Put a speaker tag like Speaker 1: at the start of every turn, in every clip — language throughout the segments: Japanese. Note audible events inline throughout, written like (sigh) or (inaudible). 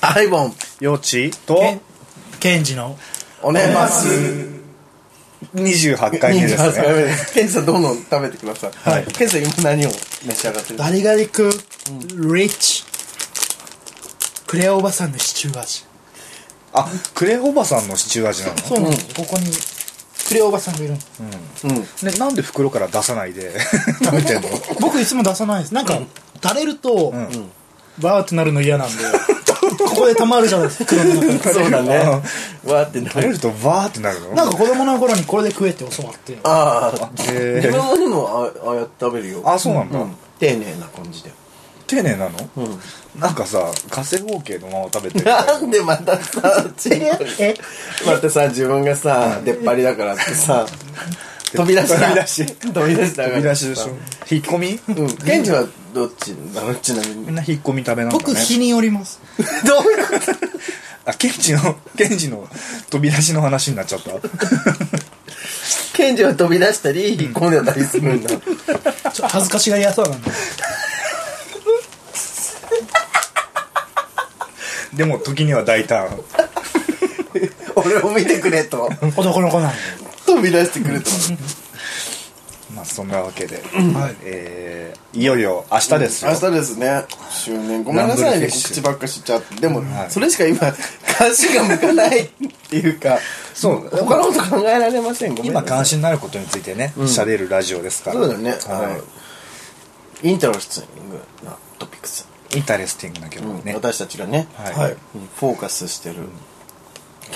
Speaker 1: アイボン
Speaker 2: よちと
Speaker 3: けんケンジの
Speaker 1: おねます
Speaker 2: 28回目です
Speaker 1: 28回目
Speaker 2: ね
Speaker 1: ですケンジさんどんどん食べてください、
Speaker 2: はい
Speaker 1: ケンジさん今何を召し上がってる
Speaker 3: ガリガリ君、リッチクレアおばさんのシチュー味
Speaker 2: あクレホバさんのシチュー味なの
Speaker 3: そうなんです、ここにクレアおばさんがいるの
Speaker 1: うん
Speaker 2: ねなんで袋から出さないで (laughs) 食べてんの
Speaker 3: 僕いつも出さないですなんか、だれると、
Speaker 2: ん
Speaker 3: バーってなるの嫌なん (laughs) でここでたまるじゃない (laughs) ですか袋の中に
Speaker 1: そうだね (laughs) わーってな
Speaker 2: 食べ
Speaker 1: る
Speaker 2: るとバーってなるの
Speaker 3: なんか子供の頃にこれで食えって教わって
Speaker 1: ああ
Speaker 2: へ
Speaker 1: 自
Speaker 2: え
Speaker 1: 分もでもあああやって食べるよ
Speaker 2: あそうなんだ、
Speaker 1: うん丁寧な感じで
Speaker 2: 丁寧なの、なんかさ火星方形のまま食べてるみたいな
Speaker 1: なんでまたさチンコに
Speaker 3: え
Speaker 1: またさ自分がさ出っ張りだからって
Speaker 2: (laughs)
Speaker 1: さ飛び出した
Speaker 2: 飛び出し
Speaker 1: 飛び出した
Speaker 2: 飛び出しでしょ引っ込み
Speaker 1: うんケンジはどっちなのちなみに
Speaker 2: みんな引っ込み食べなんだね
Speaker 3: 僕日によります
Speaker 1: どういうこ
Speaker 2: あケンジのケンジの飛び出しの話になっちゃった (laughs)
Speaker 1: と (laughs) ケンジは飛び出したり引っ込んでたりするんだ
Speaker 3: ちょ恥ずかしがり屋そうなん (laughs) で
Speaker 2: でも時には大胆 (laughs)
Speaker 1: 俺を見てくれと
Speaker 3: 男の子なんで
Speaker 1: 飛び出してくれと
Speaker 2: まあそんなわけで、
Speaker 3: はい
Speaker 2: えーいよいよ明日ですよ、
Speaker 1: 明日ですね周年ごめんなさい
Speaker 2: ランブ
Speaker 1: ね
Speaker 2: ルフィッシュ
Speaker 1: 口ばっかしちゃってでも
Speaker 2: はい
Speaker 1: それしか今関心が向かないっていうか
Speaker 2: そう
Speaker 1: 他のこと考えられませんごめん
Speaker 2: 今
Speaker 1: なさい
Speaker 2: 関心になることについてね喋、れるラジオですから
Speaker 1: そうだね
Speaker 2: は
Speaker 1: あのインタロスティングなトピックス
Speaker 2: い、インタレスティングな曲
Speaker 1: うん
Speaker 2: ね、
Speaker 1: 私たちがね
Speaker 2: はい
Speaker 1: はいフォーカスしてる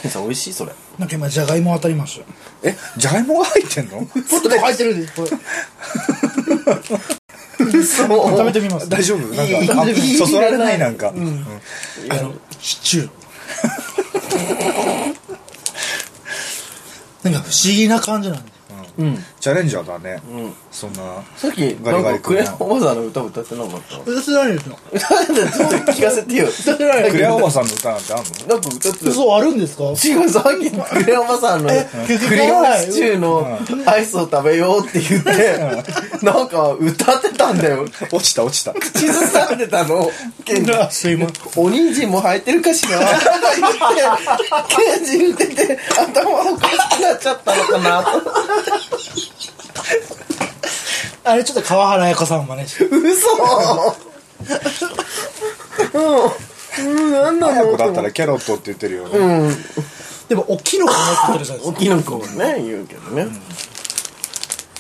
Speaker 1: ケンさん美味しいそれ
Speaker 3: なんか今じゃがいも当たりましたよ
Speaker 2: えじゃがいもが入ってんの
Speaker 3: ちょっと入ってるんですこれ
Speaker 1: そう
Speaker 3: 食べてみます
Speaker 2: 大丈夫なんかあ
Speaker 1: いい
Speaker 2: そそられないなんか、うん
Speaker 3: あのシチューなんか不思議な感じなんで
Speaker 2: チャレンジャーだね、
Speaker 1: ん
Speaker 2: そんな
Speaker 1: (laughs) さっき
Speaker 2: ガ
Speaker 1: なんか
Speaker 2: リガリ
Speaker 1: ク
Speaker 2: 君
Speaker 1: レ
Speaker 2: の
Speaker 1: アおばさんの歌歌ってなかった
Speaker 3: 私何ですか
Speaker 1: なんだちょっと聞かせて
Speaker 2: (laughs)
Speaker 1: よ
Speaker 2: クレアおばさんの歌なんてあんの
Speaker 1: なんか歌ってた
Speaker 3: 嘘あるんですか
Speaker 1: 違うさっきのクレアおばさんのクレアシチューのアイスを食べようって言ってなんか歌ってたんだよ
Speaker 2: 落ちた
Speaker 1: (laughs)
Speaker 2: 落ちた
Speaker 1: 地図食べてたのケンジ
Speaker 3: あすいません
Speaker 1: おにんじんも入ってるかしらって言ってケンジ言ってて頭おかしくなっちゃったのかなと
Speaker 3: あれちょっと川原綾子さん真似して
Speaker 1: 嘘うんうんなんな
Speaker 2: 親
Speaker 1: の
Speaker 2: 子だったらキャロットって言ってるよね、
Speaker 3: でもおきのこ持ってるじゃないです
Speaker 1: お
Speaker 3: か
Speaker 1: きのこをね言うけどね、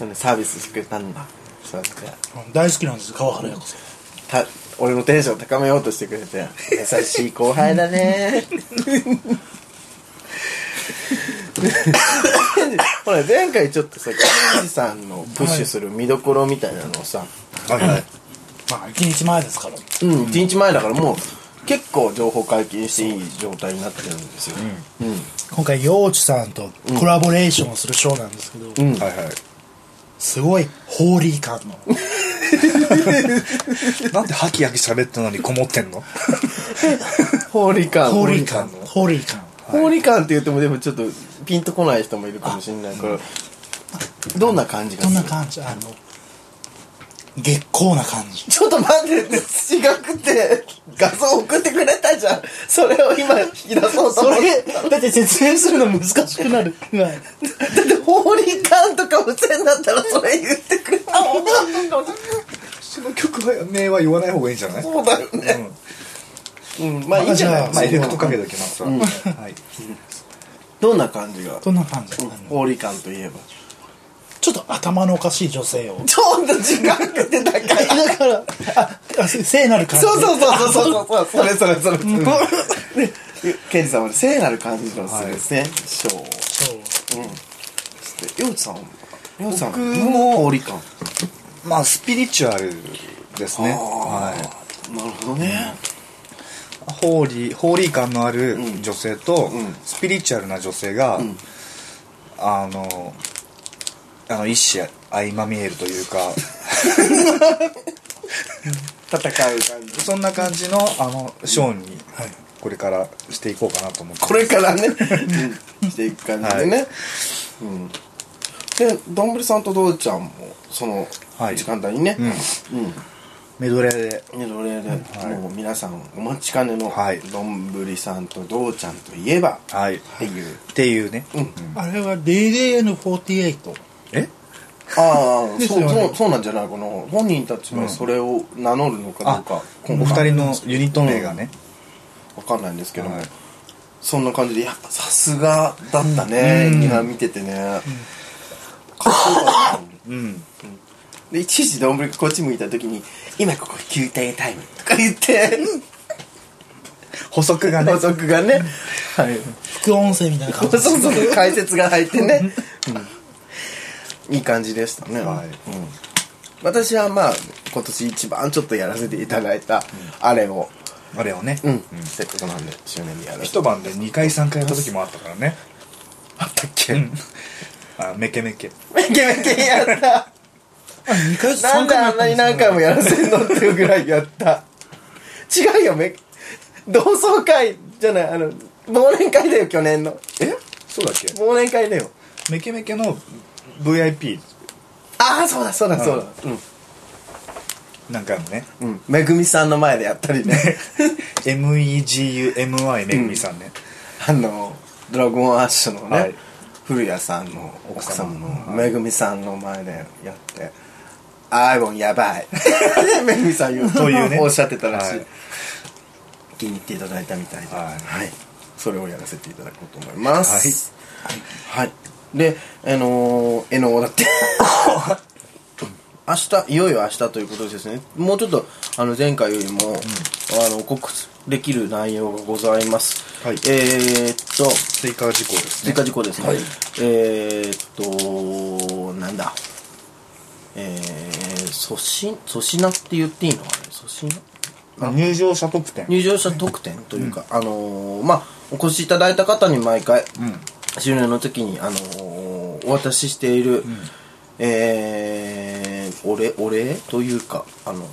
Speaker 1: なんでサービスしてくれたんだそうやって
Speaker 3: うん大好きなんです川原綾子さん
Speaker 1: た俺のテンション高めようとしてくれて優しい後輩だね (laughs) ほら前回ちょっとさ金ジさんのプッシュする見どころみたいなのをさ、
Speaker 2: はいはい
Speaker 3: まあ一日前ですから
Speaker 1: うん1日前だからもう結構情報解禁していい状態になってるんですよ、
Speaker 3: 今回陽地さんとコラボレーションをするショーなんですけど、
Speaker 1: うん
Speaker 2: はいはい
Speaker 3: すごいホーリー感の
Speaker 2: なんでハキハキ喋ったのにこもって
Speaker 1: (laughs)
Speaker 2: んの
Speaker 1: ホーリー感
Speaker 3: ホーリー感
Speaker 2: ホーリー感の
Speaker 3: ホーリー感
Speaker 1: ホーリー感って言ってもでもちょっとピンとこない人もいるかもしれないからどんな感じが
Speaker 3: ど
Speaker 1: す
Speaker 3: ん
Speaker 1: る
Speaker 3: な感じあの月光な感じ
Speaker 1: ちょっと待ってって違くて画像送ってくれたじゃんそれを今引き出そうと思って
Speaker 3: だって説明するの難しくなる
Speaker 1: だってホーリー感とか無線だったらそれ言ってくれたもん
Speaker 2: その曲名は言わない方がいいんじゃない
Speaker 1: そうだよねうん、まあいいんじゃない
Speaker 2: まあエフェク
Speaker 1: そ
Speaker 2: ト
Speaker 1: う
Speaker 2: かけときますわ、はい
Speaker 1: どんな感じが
Speaker 3: どんな感じ
Speaker 1: ホーリー感といえば
Speaker 3: ちょっと頭のおかしい女性を
Speaker 1: ちょっと違くてだから
Speaker 3: だからああせ聖なる感じ
Speaker 1: そうそうそう (laughs) そうそうそうそれそれそれでケンジさんは聖なる感じのするですねショーを
Speaker 3: そう
Speaker 1: してヨウさんはヨウさん
Speaker 2: 僕
Speaker 1: もホーリー感
Speaker 2: まあスピリチュアルですねは
Speaker 1: なるほどね
Speaker 2: いホーリーホーリー感のある女性と、
Speaker 1: ん
Speaker 2: スピリチュアルな女性が、あのあの一種相まみえるというか (laughs)
Speaker 1: 戦う感じ
Speaker 2: そんな感じのあのショーに
Speaker 3: はい
Speaker 2: これからしていこうかなと思って
Speaker 1: これからねしていく感じでね、うんでどんぶりさんとどうちゃんもその
Speaker 2: はい
Speaker 1: 時間帯にね、
Speaker 2: うん
Speaker 1: うん
Speaker 2: メドレーで
Speaker 1: メドレーで、もう皆さんお待ちかねの
Speaker 2: はい
Speaker 1: どんぶりさんとどうちゃんといえば
Speaker 2: はいっ
Speaker 1: っていう
Speaker 2: ていうね
Speaker 1: うん
Speaker 3: あれは DJN48
Speaker 2: え
Speaker 1: ああ、
Speaker 3: です
Speaker 1: そう
Speaker 3: よね
Speaker 1: そうそうなんじゃないこの本人たちはそれを名乗るのかど
Speaker 2: あ
Speaker 1: うか、
Speaker 2: お二人のユニット名がね
Speaker 1: わかんないんですけども、
Speaker 2: はい
Speaker 1: そんな感じでやっぱさすがだったね、
Speaker 2: うん
Speaker 1: 今見ててね、かっこよかったの
Speaker 2: うん
Speaker 1: でいちいちどんぶりがこっち向いた時に「今ここ休憩タイム」とか言って
Speaker 2: 補足がね
Speaker 1: 補足がねはい
Speaker 3: 副音声みたいな
Speaker 1: 補
Speaker 3: 感じ
Speaker 1: 足の解説が入ってね、うんいい感じでしたね、
Speaker 2: はい
Speaker 1: うん私はまあ今年一番ちょっとやらせていただいたあれを
Speaker 2: あれをね
Speaker 1: うん、せっかくなんで周年にやら (laughs) せて
Speaker 2: 一晩で2回3回やった時もあったからねあったっけあメケメケ
Speaker 1: めけめけやった
Speaker 3: 2回
Speaker 1: なん
Speaker 3: 3
Speaker 1: で
Speaker 3: 回
Speaker 1: あ
Speaker 3: も
Speaker 1: んなに何回もやらせんのっていうぐらいやった違うよめ同窓会じゃないあの忘年会だよ去年の
Speaker 2: えそうだっけ
Speaker 1: 忘年会だよ
Speaker 2: メケメケの VIP
Speaker 1: ああそうだそうだそうだ
Speaker 2: なんかのね
Speaker 1: うん、うん、めぐみさんの前でやったり (laughs) ね
Speaker 2: MEGUMI めぐみさんね、
Speaker 1: あのドラゴンアッシュのね、
Speaker 2: はい
Speaker 1: 古谷さんの奥様
Speaker 2: 奥様
Speaker 1: の
Speaker 2: の
Speaker 1: めぐみさんの前でやって「アイボンやば
Speaker 2: (laughs)
Speaker 1: い」めぐみさん言う
Speaker 2: というね
Speaker 1: おっしゃってたらしい、
Speaker 2: はい
Speaker 1: 気に入っていただいたみたいで、は
Speaker 2: はいい
Speaker 1: それをやらせていただこうと思いますはい、はいであのー、えのだって (laughs) 明日いよいよ明日ということですねもうちょっとあの前回よりも、あの告知できる内容がございます、
Speaker 2: はい
Speaker 1: えー、っと
Speaker 2: 追加事項です
Speaker 1: 追
Speaker 2: ね
Speaker 1: 加事項ですね、
Speaker 2: はい
Speaker 1: えー、っとなんだえー、粗品粗品って言っていいのかな粗品
Speaker 2: 入場者特典
Speaker 1: 入場者特典というか、あのー、まあお越しいただいた方に毎回、周年の時に、あのー、お渡ししている、えー、お礼お礼というか、あのー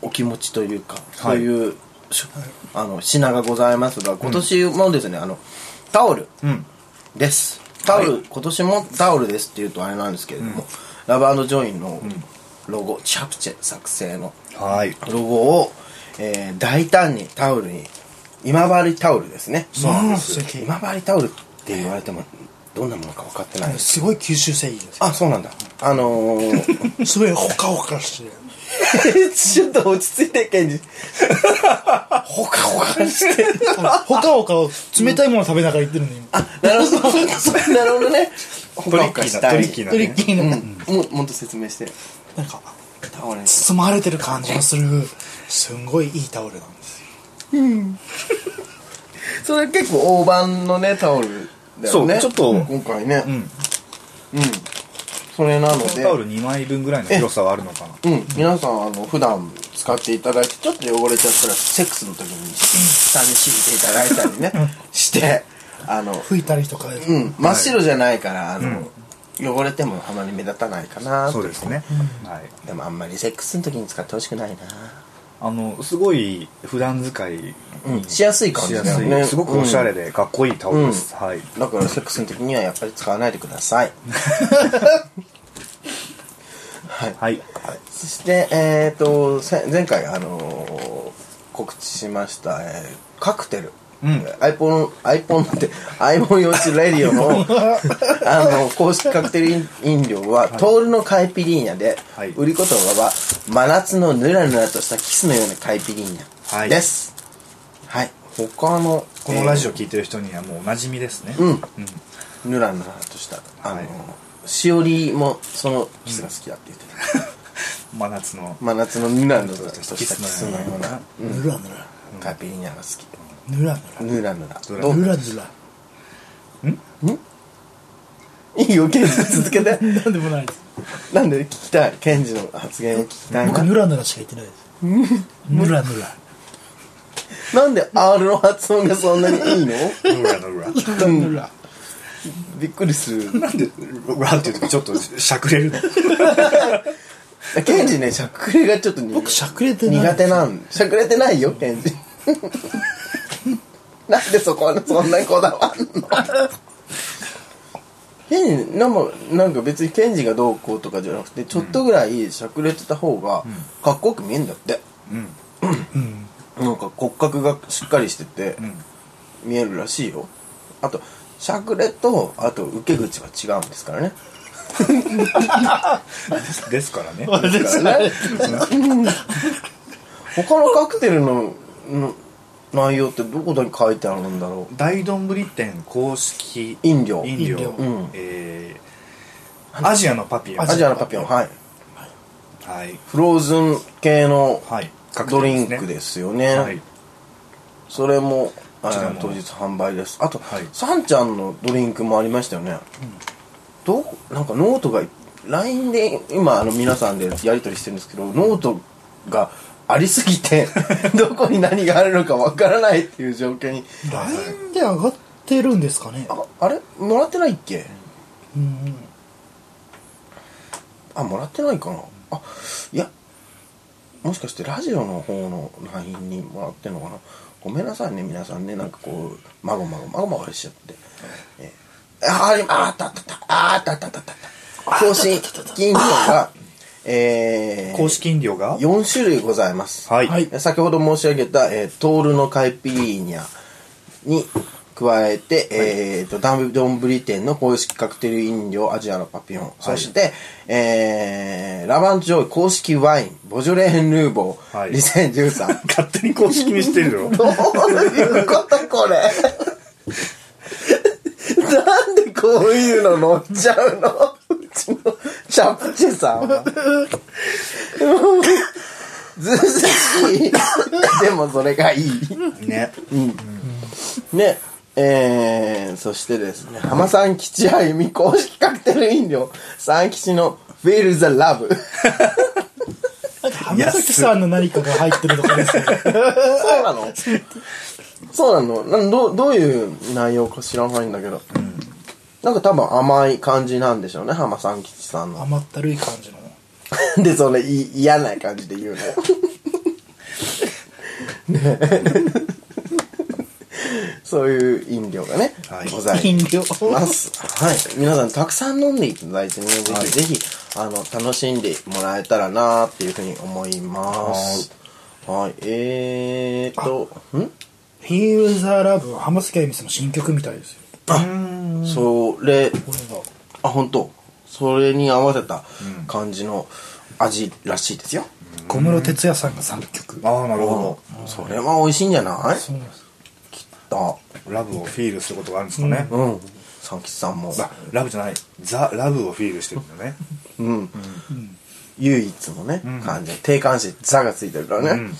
Speaker 1: お気持ちというか、そういう、しあの品がございますが今年もですね、あのタオル
Speaker 2: うん
Speaker 1: ですタオル、今年もタオルですっていうとあれなんですけれども、ラブジョインのロゴ、チャプチェ作成の
Speaker 2: はい
Speaker 1: ロゴを、えー大胆にタオルに今治タオルですね
Speaker 2: そうなんです
Speaker 3: 素敵
Speaker 1: 今治タオルって言われてもどんなものか分かってないです
Speaker 3: すごい吸収性いいです
Speaker 1: あそうなんだあの
Speaker 3: (laughs)
Speaker 1: ー、
Speaker 3: すごいホカホカして
Speaker 1: ちょっと落ち着いてケンジほかほかして
Speaker 3: ホカホカを冷たいもの食べながら言ってるのに
Speaker 1: あなるほどなるほどねほか
Speaker 2: トリ
Speaker 1: ほ
Speaker 2: ッキ
Speaker 1: かし
Speaker 2: ーな
Speaker 1: た
Speaker 2: ト
Speaker 1: い
Speaker 2: リッキーな、
Speaker 3: トリッ
Speaker 2: ね、
Speaker 3: キーな、
Speaker 1: うん、ももっと説明して
Speaker 3: なんか
Speaker 1: タオルに
Speaker 3: 包まれてる感じがするすんごいいいタオルなんですよ
Speaker 1: それ結構大判のねタオルだよね
Speaker 2: そうちょっと
Speaker 1: 今回ね
Speaker 2: う
Speaker 1: うん、
Speaker 2: ん
Speaker 1: それなので
Speaker 2: タオル2枚分ぐらいの広さはあるのかな
Speaker 1: うん皆さんあの普段使っていただいてちょっと汚れちゃったらセックスの時に下に敷いていただいたりね
Speaker 2: (laughs)
Speaker 1: してあの
Speaker 3: 拭いたりとか、
Speaker 1: うん真っ白じゃないからあの、汚れてもあまり目立たないかな
Speaker 2: そうですね、はい
Speaker 1: でもあんまりセックスの時に使ってほしくないな
Speaker 2: あのすごい普段使い
Speaker 1: うんしやすい感じ
Speaker 2: しや
Speaker 1: だよ
Speaker 2: すい、
Speaker 1: ね
Speaker 2: すごくおしゃれでかっこいいタオルです、
Speaker 1: うん
Speaker 2: はい
Speaker 1: だからセックスの時にはやっぱり使わないでくだ
Speaker 2: (laughs)
Speaker 1: さいはい
Speaker 2: はい
Speaker 1: そして、えー、とせ前回、あのー告知しました、えーカクテル、
Speaker 2: うん
Speaker 1: アイポンアイポンってアイポン用紙レディオ
Speaker 2: (laughs)
Speaker 1: のあの公式カクテル飲飲料は、トールのカイピリーニャで、
Speaker 2: はい
Speaker 1: 売り言葉は真夏のぬらぬらとしたキスのようなカイピリーニ
Speaker 2: は
Speaker 1: ャ
Speaker 2: い
Speaker 1: です、はい他の
Speaker 2: このラジ
Speaker 1: オ、
Speaker 2: オ聞いてる人にはもうおなじみですね、
Speaker 1: うんぬらぬらとしたあのー、
Speaker 2: はい
Speaker 1: しおりもそのキスが好きだって言ってた、
Speaker 2: 真夏の
Speaker 1: 真夏のぬらぬらとしたキ
Speaker 2: キス
Speaker 1: ス
Speaker 2: の
Speaker 1: の
Speaker 2: よ
Speaker 1: よう
Speaker 2: う
Speaker 1: な
Speaker 2: な
Speaker 3: ぬらぬら
Speaker 1: カイピリーニャが好き
Speaker 3: ぬら
Speaker 1: ぬらぬら
Speaker 2: ぬら
Speaker 1: ど
Speaker 3: ぬらぬ
Speaker 1: う
Speaker 3: らぬら
Speaker 1: いいよケンジ続けて
Speaker 3: なんでもないです
Speaker 1: なんで聞きたいケンジの発言を聞きたい
Speaker 3: 僕
Speaker 1: な
Speaker 3: ぬらぬらしか言ってないですぬらぬら
Speaker 1: なんで R の発音がそんなにいいの
Speaker 2: ルラのラ
Speaker 3: ぬらぬら
Speaker 1: びっくりする
Speaker 2: なんでラっていうとちょっとしゃくれるの
Speaker 1: ケンジねしゃくれがちょっと苦
Speaker 3: 僕しゃくれてない
Speaker 1: 苦手なんしゃくれてないよケン (laughs) ジなんでそこはそんなにこだわんの変になんもなんか別にケンジがどうこうとかじゃなくてちょっとぐらいしゃくれてた方がかっこよく見えんだって、
Speaker 2: うん
Speaker 3: うん
Speaker 1: なんか骨格がしっかりしてて
Speaker 2: うん
Speaker 1: 見えるらしいよあとしゃくれとあと受け口は違うんですからね
Speaker 2: ですですからね
Speaker 1: ですからね (laughs) 他のカクテルのの内容ってどこに書いてあるんだろ
Speaker 2: 大丼店公式
Speaker 1: 飲料
Speaker 2: 飲料
Speaker 3: 飲料
Speaker 1: うん
Speaker 2: えーアジアのパ
Speaker 1: う
Speaker 2: ピオン
Speaker 1: アジアのパピオンはい
Speaker 2: はい
Speaker 1: フローズン系の
Speaker 2: はい
Speaker 1: ドリンクですよね、
Speaker 2: はい
Speaker 1: それもあ
Speaker 2: こちらも
Speaker 1: 当日販売ですあと、
Speaker 2: はい
Speaker 1: さんちゃんのドリンクもありましたよね、どこなんかノートが LINE で今あの皆さんでやり取りしてるんですけどノートがありすぎ
Speaker 2: (laughs)
Speaker 1: てどこに何があるのかわからないっていう状況に
Speaker 3: LINE で上がってるんですかね
Speaker 1: ああれもらってないっけ
Speaker 3: うん
Speaker 1: あもらってないかなあいやもしかしてラジオの方の LINE にもらってんのかなごめんなさいね皆さんねなんかこうまごまごまごまごしちゃって、えーあーああったあったあったあったあったあったあった更新金庫がえー、
Speaker 2: 公式飲料が
Speaker 1: 4種類ございます、
Speaker 2: はい
Speaker 3: はい
Speaker 1: 先ほど申し上げた、えートールのカイピーニャに加えて、えーとダンドンブリテンの公式カクテル飲料アジアのパピオン、そして、えーラバンジョイ公式ワインボジョレーヌーボー、
Speaker 2: はい
Speaker 1: 2013
Speaker 2: 勝手に公式にしてる
Speaker 1: (laughs)
Speaker 2: よ
Speaker 1: どういうことこれなんでこういうの乗っちゃうのうちのチャプチェさんはずうずうしいでもそれがいい
Speaker 2: ね
Speaker 1: ねえー、そしてですね浜さん吉歩み公式カクテル飲料三吉の「フェル・ザ・ラブ」
Speaker 3: 浜崎さんの何かが入ってるのかですね
Speaker 1: そうなの (laughs) そうなのなんどうどういう内容か知らないんだけど、なんか多分甘い感じなんでしょうね浜三吉さんの (laughs)
Speaker 3: 甘ったるい感じの
Speaker 1: でそれい嫌な感じで言うのね (laughs) えそういう飲料がね、
Speaker 2: はい
Speaker 1: ございます
Speaker 3: 飲料
Speaker 1: ます。はい。皆さんたくさん飲んでいただいてね、ぜ
Speaker 2: はい
Speaker 1: ひぜひ、あの、楽しんでもらえたらなっていうふうに思います。はい。えーと、ん
Speaker 3: Feel the Love は浜崎あゆみさんの新曲みたいですよ
Speaker 1: それ、
Speaker 3: これが
Speaker 1: あ、本当それに合わせた感じの味らしいですよ。
Speaker 3: 小室哲哉さんが作曲
Speaker 2: ああなるほ
Speaker 1: それは美味しいんじゃない
Speaker 3: そうなんです
Speaker 1: だ。
Speaker 2: どラブをフィールすることがあるんですかね
Speaker 1: うん。三吉さんも、
Speaker 2: あラブじゃないザ・ラブをフィールしてるんだね
Speaker 1: うん。唯一のね、感じ。定冠詞、ザがついてるからね。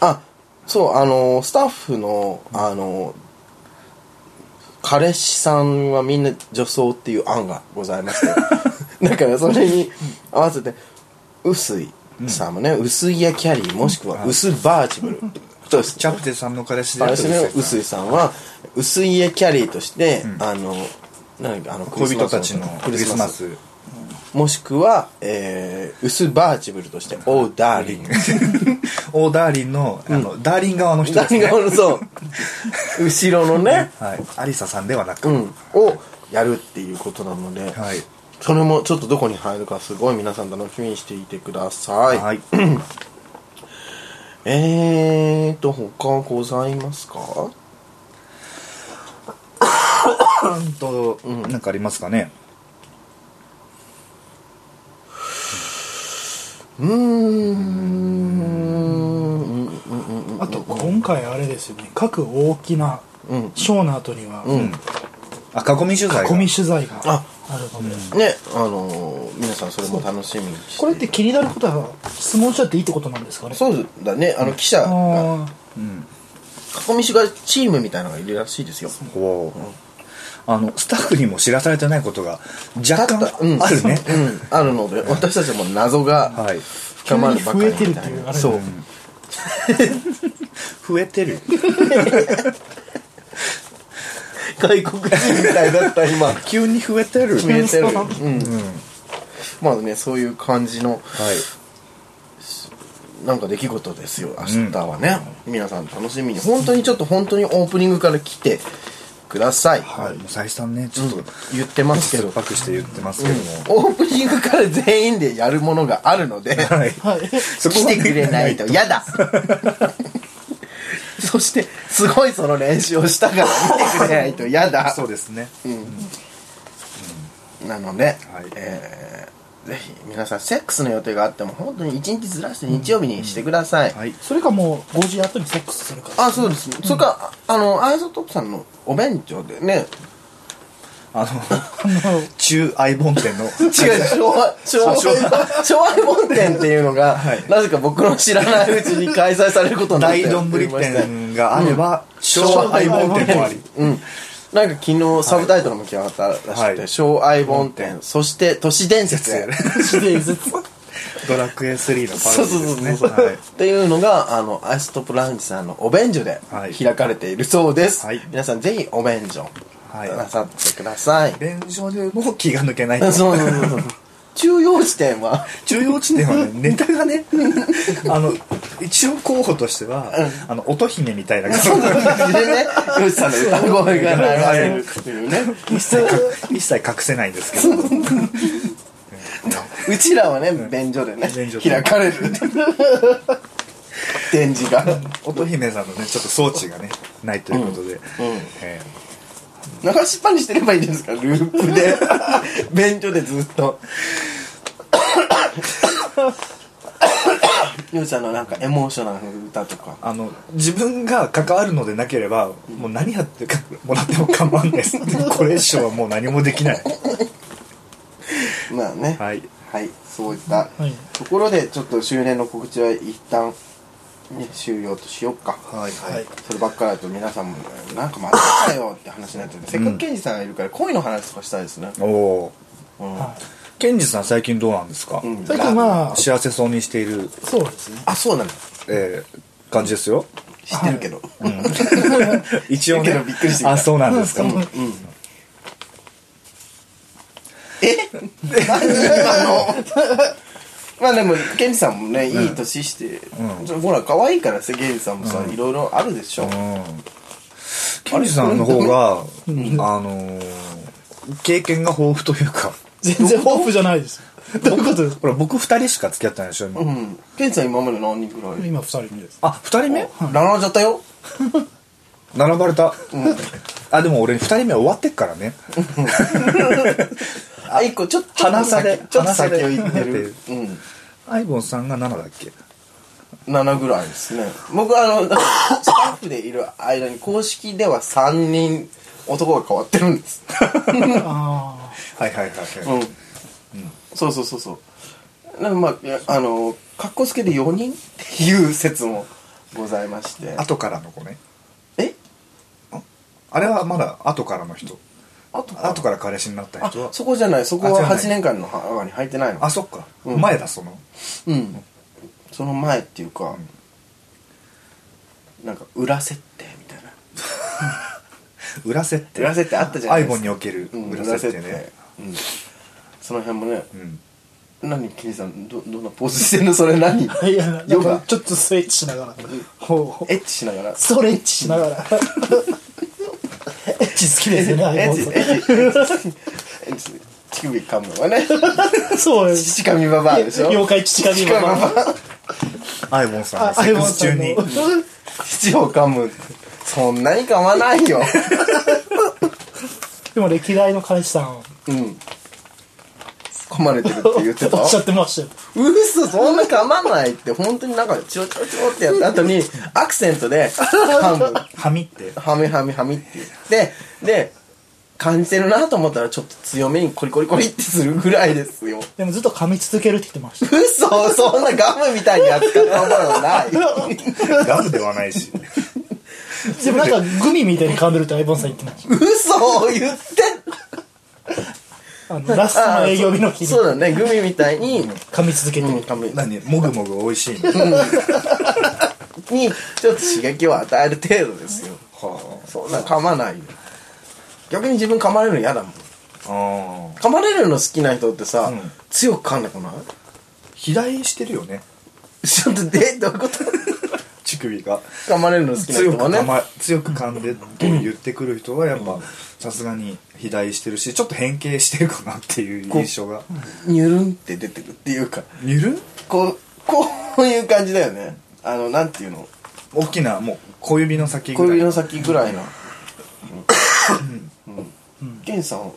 Speaker 1: あそうあのスタッフのあの彼氏さんはみんな女装っていう案がございま
Speaker 2: (laughs)
Speaker 1: してだからそれに合わせて薄いさんもね、薄いやキャリーもしくは薄バーチブルとし
Speaker 2: チャプテさんの彼氏であ
Speaker 1: 彼
Speaker 2: る
Speaker 1: 氏の薄いさんは薄いやキャリーとして、あのなんかあの
Speaker 2: 恋人たちのク
Speaker 1: ク
Speaker 2: リ
Speaker 1: リ
Speaker 2: ス
Speaker 1: ス
Speaker 2: マ
Speaker 1: マス
Speaker 2: ス
Speaker 1: もしくは、えー、薄バーチブルとして「オーダーリン」
Speaker 2: (laughs) オーダーリンのあのダーリン側の人です
Speaker 1: 何
Speaker 2: ね
Speaker 1: がおるぞ後ろのね
Speaker 2: はいアリサさんではなく
Speaker 1: うん、をやるっていうことなので、
Speaker 2: はい
Speaker 1: それもちょっとどこに入るかすごい皆さん楽しみにしていてください、
Speaker 2: はい
Speaker 1: えーと他ございますか
Speaker 2: うんとなんかありますかね
Speaker 1: うーんうんうんうん
Speaker 3: あと今回あれですよね各大きな
Speaker 1: うん
Speaker 3: ショーの後には
Speaker 1: うん
Speaker 2: あ囲み取材が
Speaker 3: ゴミ取材が
Speaker 1: あ
Speaker 3: あるので
Speaker 1: ねあのー皆さんそれも楽しみにして
Speaker 3: これって気になることは質問しちゃっていいってことなんですかね
Speaker 1: そうだねあの記者が
Speaker 3: あー
Speaker 2: うん
Speaker 1: 囲みしがチームみたいなのがいるらしいですよ
Speaker 2: ほうあのスタッフにも知らされてないことが若干
Speaker 1: うん
Speaker 2: ある (laughs) ね
Speaker 1: うんあるので私たちも謎が
Speaker 2: はい
Speaker 1: 深まるばかりみたい
Speaker 3: 急に増えてるっていうあれ
Speaker 1: な
Speaker 3: だ
Speaker 1: そう
Speaker 2: 増えてる
Speaker 1: 外国人みたいだった今
Speaker 2: (laughs) (laughs) 急に増えてる
Speaker 1: 見えてる、
Speaker 3: そう
Speaker 1: うんまあねそういう感じの
Speaker 2: はい
Speaker 1: なんか出来事ですよ明日はね、皆さん楽しみに本当にちょっと本当にオープニングから来てください、
Speaker 2: はい、もう再三ねちょっと、
Speaker 1: 言ってますけ
Speaker 2: 酸
Speaker 1: ど
Speaker 2: っぱくして言ってますけども、
Speaker 1: オープニングから全員でやるものがあるので、
Speaker 2: はい
Speaker 3: はい。
Speaker 2: そこ
Speaker 1: 来
Speaker 2: は
Speaker 1: てくれないと嫌だそしてすごいその練習をしたから来てくれないと嫌だ
Speaker 2: そうですね
Speaker 1: なので、
Speaker 2: はい
Speaker 1: えーぜひ皆さんセックスの予定があっても本当に1日ずらして日曜日にしてください、
Speaker 2: はい
Speaker 3: それかもう、5時後にセックスするから。
Speaker 1: あそうです、それからあのアイソトップさんのお弁当でね
Speaker 2: あ
Speaker 3: あ
Speaker 2: の (laughs)
Speaker 3: の、
Speaker 2: 中相本店 (laughs) の
Speaker 1: 違う昭和昭和昭和本店っていうのが、
Speaker 2: はい
Speaker 1: なぜか僕の知らないうちに開催されることになって
Speaker 2: 大丼店があれば、昭
Speaker 1: 小
Speaker 2: 和相本店もあり
Speaker 1: うんなんか昨日サブタイトルも決まったらしくて「
Speaker 2: はい
Speaker 1: 小愛本店」そして「都市伝説
Speaker 2: (laughs)
Speaker 1: へ」
Speaker 3: 自伝説。
Speaker 2: ドラクエ3のパ
Speaker 1: そう
Speaker 2: ロデ
Speaker 1: そう
Speaker 2: ィ
Speaker 1: そう
Speaker 2: です
Speaker 1: そう、
Speaker 2: ねはい
Speaker 1: っていうのがあのアイストップランチさんのお便所で
Speaker 2: はい
Speaker 1: 開かれているそうです、
Speaker 2: はい
Speaker 1: 皆さんぜひお便所
Speaker 2: はい
Speaker 1: なさってください、
Speaker 2: 連勝でも気が抜けない
Speaker 1: そうそうそうそう中央地点は
Speaker 2: 重要地点はねネタが
Speaker 1: (laughs)
Speaker 2: ねあの一応候補としては、あの乙姫みたいな
Speaker 1: そんな感じで
Speaker 2: (laughs)
Speaker 1: ね吉さんの歌声が流れるっていうね
Speaker 2: 一切か一切隠せないんですけど
Speaker 1: うちらはね便所でね
Speaker 2: 便所で
Speaker 1: 開かれ
Speaker 2: (laughs)
Speaker 1: る展示が。
Speaker 2: 乙姫さんのねちょっと装置がねないということで、
Speaker 1: うん
Speaker 2: え
Speaker 1: 流しっぱにしてればいいんじゃないですかループ (laughs) で便所でずっ (laughs) とゆうちゃんのなんかエモーショナルな歌とか
Speaker 2: ーあの自分が関わるのでなければもう何やってかもらっても構わ
Speaker 1: (laughs)
Speaker 2: んですってこれ以上はもう何もできない
Speaker 1: まあね
Speaker 2: はい、
Speaker 1: はいそういった
Speaker 3: はい
Speaker 1: ところでちょっと周年の告知は一旦ね終了としよっか
Speaker 2: はいは
Speaker 3: はいい、
Speaker 1: そればっかりだと皆さんもなんかまただよって話になっててせっかくケンジさんがいるから恋の話とかしたいですね
Speaker 2: おお
Speaker 1: うん
Speaker 2: ケンジさん最近どうなんですか、
Speaker 1: うん
Speaker 3: 最近まあ、
Speaker 2: 幸せそうにしている、
Speaker 3: そうですね。
Speaker 1: あそうなの
Speaker 2: えー感じです
Speaker 3: (laughs)
Speaker 2: よ
Speaker 1: 知ってるけど
Speaker 2: 一応
Speaker 1: け
Speaker 2: ね
Speaker 1: どびっくりしてきた
Speaker 2: あそうなんですか、
Speaker 3: うん
Speaker 1: え (laughs) 何今のまあでもケンジさんもねいい年して、ほら可愛いからさケンジさんもさ、いろいろあるでしょ、
Speaker 2: うんケンジさんの方が、あのー経験が豊富というか、
Speaker 3: 全然豊富じゃないです。 (laughs) どういうことです
Speaker 2: ほら、僕二人しか付き合ってないでしょ、今。
Speaker 1: うん、ケンジさん今まで何人くらい
Speaker 3: 今、二人目です。
Speaker 2: あ、二人目
Speaker 1: 並んじゃったよ
Speaker 2: 並ばれた。あ、でも俺二人目終わってっからね。
Speaker 1: あ一個ちょっと
Speaker 2: 鼻差で
Speaker 1: ちょっと先ちょっと先を言
Speaker 2: 鼻
Speaker 1: っ
Speaker 2: 差
Speaker 1: て
Speaker 2: で
Speaker 1: る、うん、
Speaker 2: アイボンさんが7だっけ
Speaker 1: 7ぐらいですね僕あ (laughs) のスタッフでいる間に公式では3人男が変わってるんです
Speaker 3: あ
Speaker 2: はいはいはい
Speaker 1: うん、
Speaker 2: は
Speaker 1: そうそうそうそうなんかまあいやあの格好つけで4人っていう説もございまして
Speaker 2: い。後からの子ね。
Speaker 1: え
Speaker 2: あれはまだ後からの人。
Speaker 1: あと
Speaker 2: 後から彼氏になった
Speaker 1: あ
Speaker 2: 人は。
Speaker 1: そこじゃないそこ
Speaker 2: あじ
Speaker 1: は
Speaker 2: ゃない
Speaker 1: 8年間の母に入ってないの
Speaker 2: あ、そっか。
Speaker 1: うん
Speaker 2: 前だ、その。
Speaker 1: うんその前っていうか、なんか裏設定みたいな
Speaker 2: 裏設定。
Speaker 1: 裏設定あったじゃない
Speaker 2: ア
Speaker 1: です
Speaker 2: イ
Speaker 1: か
Speaker 2: ボンにおける
Speaker 1: うん
Speaker 2: 裏設定ね。
Speaker 1: 裏設定うんその辺もね
Speaker 2: うん。
Speaker 1: 何キリさんどどんなポーズしてんのそれ何
Speaker 3: あ。いや、なん
Speaker 1: ヨガ
Speaker 3: かちょっとストレッチしながら。ほう
Speaker 1: エッチしながらエ
Speaker 3: ストレッチしなが (laughs) ら。エッチ好きですよね、アイ
Speaker 1: ッ
Speaker 3: ボン
Speaker 1: チエ
Speaker 3: さ
Speaker 1: ッチエッ
Speaker 3: ん
Speaker 1: チエッチ乳首噛むのはね
Speaker 3: そうです。
Speaker 1: 乳噛みババアでしょ
Speaker 3: 妖怪父神ババア。
Speaker 2: アイボンさんが
Speaker 3: あ
Speaker 2: セックス中に
Speaker 3: アイボン。さんの
Speaker 1: 乳を噛むそんなに噛まない
Speaker 3: (laughs)
Speaker 1: よ
Speaker 3: でも歴代の彼氏さん、
Speaker 1: うん噛まれてるって言ってた
Speaker 3: おっしゃってましたよ。
Speaker 1: 嘘そんな噛まないって本当になんかチロチロチロってやった後にアクセントで噛む
Speaker 2: はみって。
Speaker 1: はみはみはみって言ってで感じてるなと思ったらちょっと強めにコリコリコリってするぐらいですよ
Speaker 3: でもずっと噛み続けるって言ってました。
Speaker 1: 嘘そんなガムみたいに扱った覚えはない
Speaker 2: ラブではないし。
Speaker 3: でもなんかグミみたいに噛んでるってアイボンさん言ってまし
Speaker 1: 嘘を言って
Speaker 3: た。あの、ラストの営業日の日に
Speaker 1: そうそうだねグミみたいに、うん、
Speaker 3: 噛み続けてる。
Speaker 1: 噛む
Speaker 2: 何もぐもぐ美味しいの、
Speaker 1: にちょっと刺激を与える程度ですよ
Speaker 2: は
Speaker 1: そんな噛まないよ逆に自分噛まれるの嫌だもん
Speaker 2: ああ
Speaker 1: 噛まれるの好きな人ってさ、
Speaker 2: うん
Speaker 1: 強く噛んでこない
Speaker 2: 肥大してるよね
Speaker 1: ちょっとでどういうこと
Speaker 2: 乳首が
Speaker 1: 噛まれるの好きな人
Speaker 2: 強く
Speaker 1: は
Speaker 2: 噛、
Speaker 1: ね
Speaker 2: ま、強く噛んでって言ってくる人はやっぱさすがに肥大してるしちょっと変形してるかなっていう印象が
Speaker 1: ニュルンって出てるっていうか
Speaker 2: ゆる
Speaker 1: こうこういう感じだよねあのなんていうの
Speaker 2: 大きなもう小指の先
Speaker 1: 小
Speaker 2: ぐらい
Speaker 1: 指の先ぐらいなケンさんは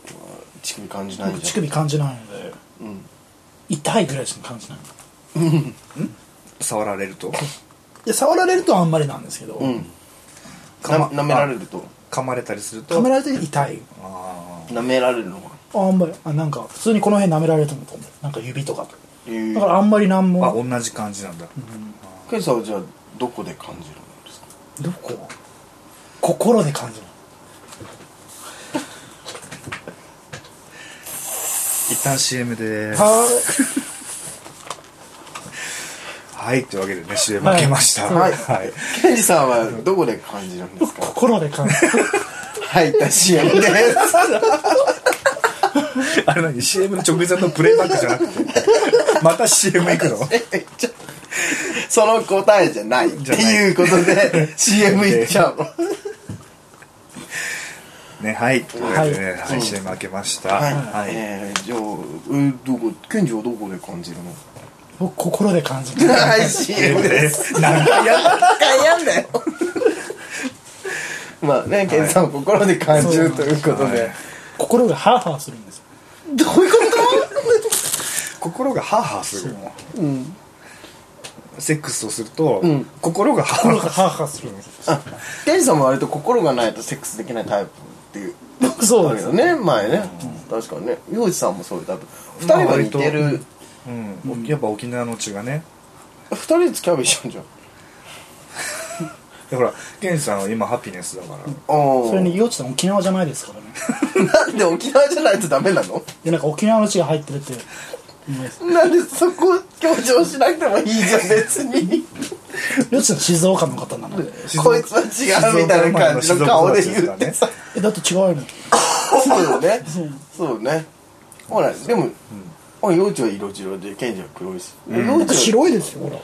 Speaker 1: 乳首感じない
Speaker 3: 僕乳
Speaker 1: じ
Speaker 3: 首感じないので、痛いぐらいしか感じない
Speaker 2: 触られると
Speaker 3: で触られるとあんまりなんですけど、
Speaker 1: ゃんうん
Speaker 2: かま
Speaker 1: な舐められると
Speaker 2: 噛まれたりすると
Speaker 3: カメラで痛い
Speaker 2: あ
Speaker 1: 舐められるのが
Speaker 3: ああんまりあなんか普通にこの辺舐められてもと思うなんか指とか
Speaker 1: えー
Speaker 3: だからあんまりなん
Speaker 2: ーあ
Speaker 3: も
Speaker 2: 同じ感じなんだ、
Speaker 1: ケンさんはじゃあどこで感じるんですか
Speaker 3: どこ心で感じる
Speaker 2: 一旦 CM でーす
Speaker 3: は
Speaker 2: はいというわけでね CM 開けました
Speaker 1: はい
Speaker 2: はい
Speaker 1: ケンジさんはどこで感じるんですか
Speaker 3: (laughs) 心で感じ (laughs) る
Speaker 1: はい、たしやです。 (laughs)
Speaker 2: あれ何 CM の直前のプレイバックじゃなくて (laughs) また CM 行くの
Speaker 1: その答えじゃないっていうこと (laughs) で CM いっちゃうの。
Speaker 2: ねはいというわけでね、
Speaker 1: う
Speaker 2: はい
Speaker 1: ん
Speaker 2: CM 開けました
Speaker 1: は、
Speaker 2: はいい、
Speaker 1: えー、じゃあ、えーどこ、ケンジはどこで感じるの
Speaker 3: 僕心で感じる
Speaker 1: はい、CM (laughs) です。
Speaker 2: なんかやだ
Speaker 1: やんだよ。まあね、ケンジさんは心で感じるということで。
Speaker 2: はい
Speaker 3: 心がハーハーするんですよ
Speaker 1: どういうこ
Speaker 2: 心がハーハーするの
Speaker 1: とうん。
Speaker 2: セックスをすると、
Speaker 1: ん
Speaker 2: 心がハー
Speaker 3: 心
Speaker 2: ハ
Speaker 3: がハーハーするんですよ
Speaker 1: あ、ケンジさんも割と心がないとセックスできないタイプっていう。
Speaker 3: そう
Speaker 1: だ
Speaker 3: で
Speaker 1: けど
Speaker 3: すよ
Speaker 1: ね、前ね。確かにね。洋一さんもそういうタイプ。二人は似てる。
Speaker 2: ー、うん、やっぱ沖縄の血がね
Speaker 1: 二人で付き合えば一緒じゃん。
Speaker 2: でほらケンさんは今ハピネスだから、
Speaker 1: お
Speaker 3: それに幼稚さん沖縄じゃないですからね
Speaker 1: なんで沖縄じゃないとダメなの
Speaker 3: でなんか沖縄の血が入ってるって言います
Speaker 1: なんでそこ強調しなくてもいいじゃん別に
Speaker 3: 幼稚さん静岡の方なので
Speaker 2: 静岡
Speaker 1: こいつは違うみたいな感じの顔で言ってさ
Speaker 3: えだって違うよね
Speaker 1: そうねそうねほらでもあ幼稚は色白でケンジは黒いし幼
Speaker 3: 僕
Speaker 1: 稚は
Speaker 3: 白いですよほら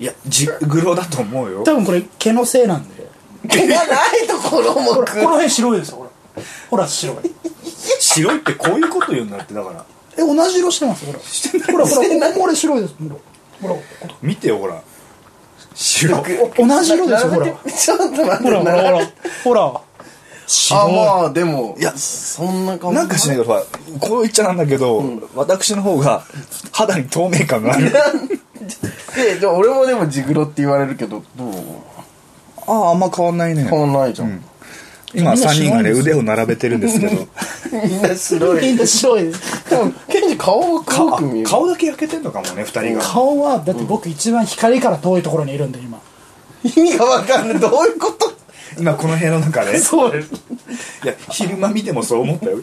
Speaker 2: いやジグロだと思うよ
Speaker 3: 多分これ毛のせいなんで
Speaker 1: 毛がないところ
Speaker 3: ほ
Speaker 1: も
Speaker 3: らこの辺白いですよほらほら白い
Speaker 2: 白いってこういうこと言うんだってだから
Speaker 3: え同じ色してますほらほらほ
Speaker 1: してな
Speaker 3: ら
Speaker 1: い
Speaker 3: ここれ白いですほらほら
Speaker 2: 見てよほら白
Speaker 3: お同じ色ですよほら
Speaker 1: 並べてちょっと待って
Speaker 3: ほらほらほ
Speaker 1: 並
Speaker 3: ら
Speaker 1: べて
Speaker 3: ほら
Speaker 1: あ
Speaker 3: 白
Speaker 1: まあでも
Speaker 2: いや
Speaker 1: そんな顔
Speaker 2: なんかし
Speaker 1: (laughs)
Speaker 2: ないけどほらこう言っちゃなんだけど、私の方が肌に透明感がある
Speaker 1: でじゃあ俺もでもジグロって言われるけどどう
Speaker 2: あああんま変わんないね
Speaker 1: 変わんないじゃん
Speaker 2: 今
Speaker 3: みんな
Speaker 2: 3人がね
Speaker 3: 白いんです
Speaker 2: 腕を並べてるんですけど
Speaker 1: みんな白
Speaker 3: いみ
Speaker 1: い
Speaker 3: んな白いです
Speaker 1: でもケンジ顔が黒
Speaker 2: か
Speaker 1: く見える
Speaker 2: 顔だけ焼けてんのかもね2人が
Speaker 3: 顔はだって僕一番光から遠いところにいるんで今
Speaker 1: 意味がわかんないどういうこと
Speaker 2: 今この部屋の中で
Speaker 3: そうです
Speaker 2: いや昼間見てもそう思ったよ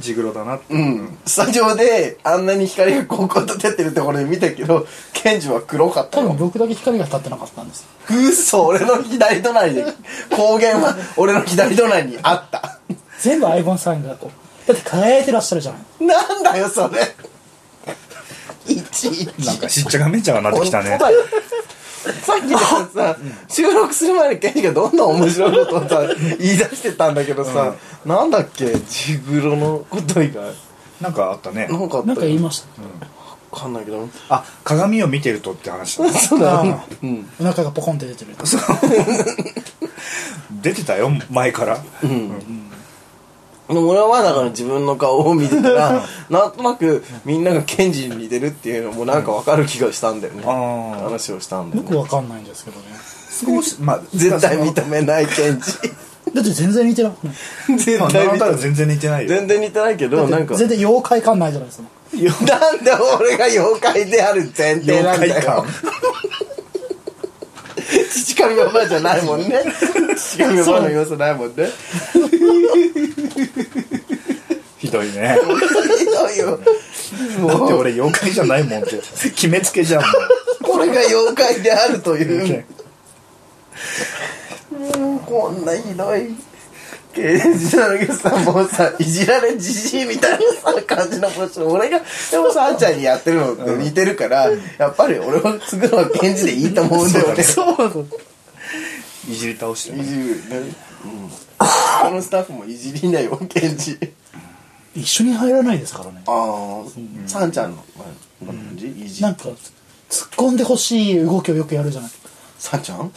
Speaker 2: ジグロだなって、
Speaker 1: うんスタジオであんなに光がこうこうと出てるところで見たけどケンジは黒かった
Speaker 3: 多分
Speaker 1: よ
Speaker 3: 僕だけ光が立ってなかったんですよ
Speaker 1: 嘘俺の左隣で光源は俺の左隣にあった
Speaker 3: 全部アイボンさんがこうだって輝いてらっしゃるじゃない
Speaker 1: なんだよそれいちいち
Speaker 2: なんかしっちゃがめっちゃがなってきた
Speaker 1: 本
Speaker 2: ね
Speaker 1: 当だよさっきだからさ収録する前にケンジがどんどん面白いことをさ言い出してたんだけどさ、なんだっけジグロのこと以外
Speaker 2: なんかあったね
Speaker 1: なんかあった
Speaker 3: なんか言いま
Speaker 1: し
Speaker 3: した
Speaker 1: わかんないけど
Speaker 2: あ鏡を見てるとって話だ
Speaker 1: そう
Speaker 3: た、
Speaker 1: だ
Speaker 3: あーお腹がポコンって出てる
Speaker 2: 出てたよ前から、
Speaker 1: でも俺はだから自分の顔を見てたらなんとなくみんながケンジに似てるっていうのもなんかわかる気がしたんだよね、
Speaker 2: んあー
Speaker 1: 話をしたんだよ、
Speaker 3: 僕
Speaker 1: ね、
Speaker 3: わかんないんですけどね
Speaker 2: 少しまあ
Speaker 1: 絶対認めないケンジ (laughs)
Speaker 3: だって全然似てなくない
Speaker 1: 絶
Speaker 2: まあ
Speaker 1: 対
Speaker 2: なん
Speaker 1: 認
Speaker 2: だ
Speaker 1: め
Speaker 2: ら
Speaker 1: ない
Speaker 2: 全然似てないよ
Speaker 1: 全然似てないけどなんか
Speaker 3: 全然妖怪感ないじゃないですか
Speaker 1: なんで俺が妖怪である前提なんだ
Speaker 2: 妖怪
Speaker 1: よ (laughs)
Speaker 2: 感
Speaker 1: 父神ママじゃないもんね父神ママの要素ないもんね
Speaker 2: ひどい
Speaker 1: (laughs)
Speaker 2: ね
Speaker 1: ひどいよ
Speaker 2: だって
Speaker 1: もう
Speaker 2: 俺妖怪じゃないもんって決めつけじゃんも
Speaker 1: これが妖怪である (laughs) という
Speaker 2: う
Speaker 1: もうこんなひどいけ実なのけどさもうさいじられじじいみたいなさ感じのポジション俺がでもさあんちゃんにやってるのと似てるから、やっぱり俺は継ぐのはケンジでいいと思うんだよね
Speaker 3: そう
Speaker 2: いじり倒して
Speaker 1: い
Speaker 2: ね
Speaker 1: じる、ねうん、このスタッフもいじりなよケンジ
Speaker 3: 一緒に入らないですからね
Speaker 1: ああ、さんちゃんの感じ、いじ
Speaker 3: なんか突っ込んでほしい動きをよくやるじゃない
Speaker 1: さんちゃん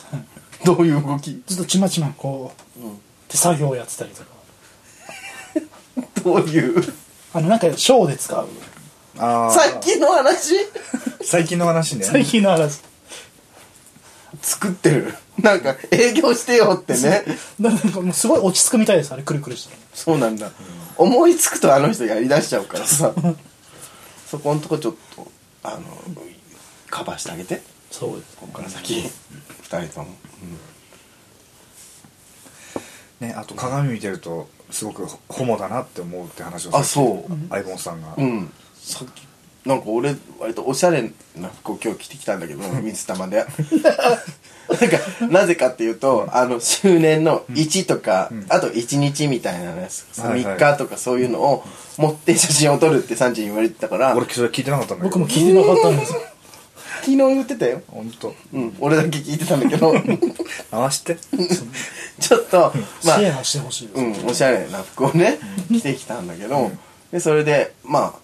Speaker 1: どういう動き
Speaker 3: ずっとちまちまこう、手作業をやってたりとか
Speaker 1: どういう
Speaker 3: あのなんかショーで使う
Speaker 2: ああ
Speaker 1: さっきの話
Speaker 2: 最近の話ね
Speaker 3: 最近の話
Speaker 1: 作ってるなんか営業してよってね
Speaker 3: なんかもうすごい落ち着くみたいですあれくるくるして
Speaker 1: そうなんだ、思いつくとあの人やりだしちゃうからさそこんとこちょっとあのカバーしてあげて
Speaker 3: そうです
Speaker 1: こっから先二人とも、
Speaker 2: ねあと鏡見てるとすごくホホモだなって思うって話を
Speaker 1: あそう
Speaker 2: アイボンさんが、
Speaker 1: うんさっきなんか俺割とおしゃれな服を今日着てきたんだけど水玉で (laughs) なんかなぜかっていうとあの周年の1とか、あと1日みたいなやつ、
Speaker 2: はいは
Speaker 1: 3
Speaker 2: い
Speaker 1: 日とかそういうのを持って写真を撮るってサンチに言われてたから
Speaker 2: 俺それ聞いてなかったんだけど
Speaker 3: 僕も聞いてなかったんですよ
Speaker 1: 昨日言ってたよ、
Speaker 2: 本当
Speaker 1: うん、俺だけ聞いてたんだけ
Speaker 2: (laughs)
Speaker 1: ど
Speaker 2: 回して
Speaker 1: ちょっとまあ
Speaker 3: シェアしてほしいです、
Speaker 1: うん、おしゃれな服をね着てきたんだけど、でそれでまあ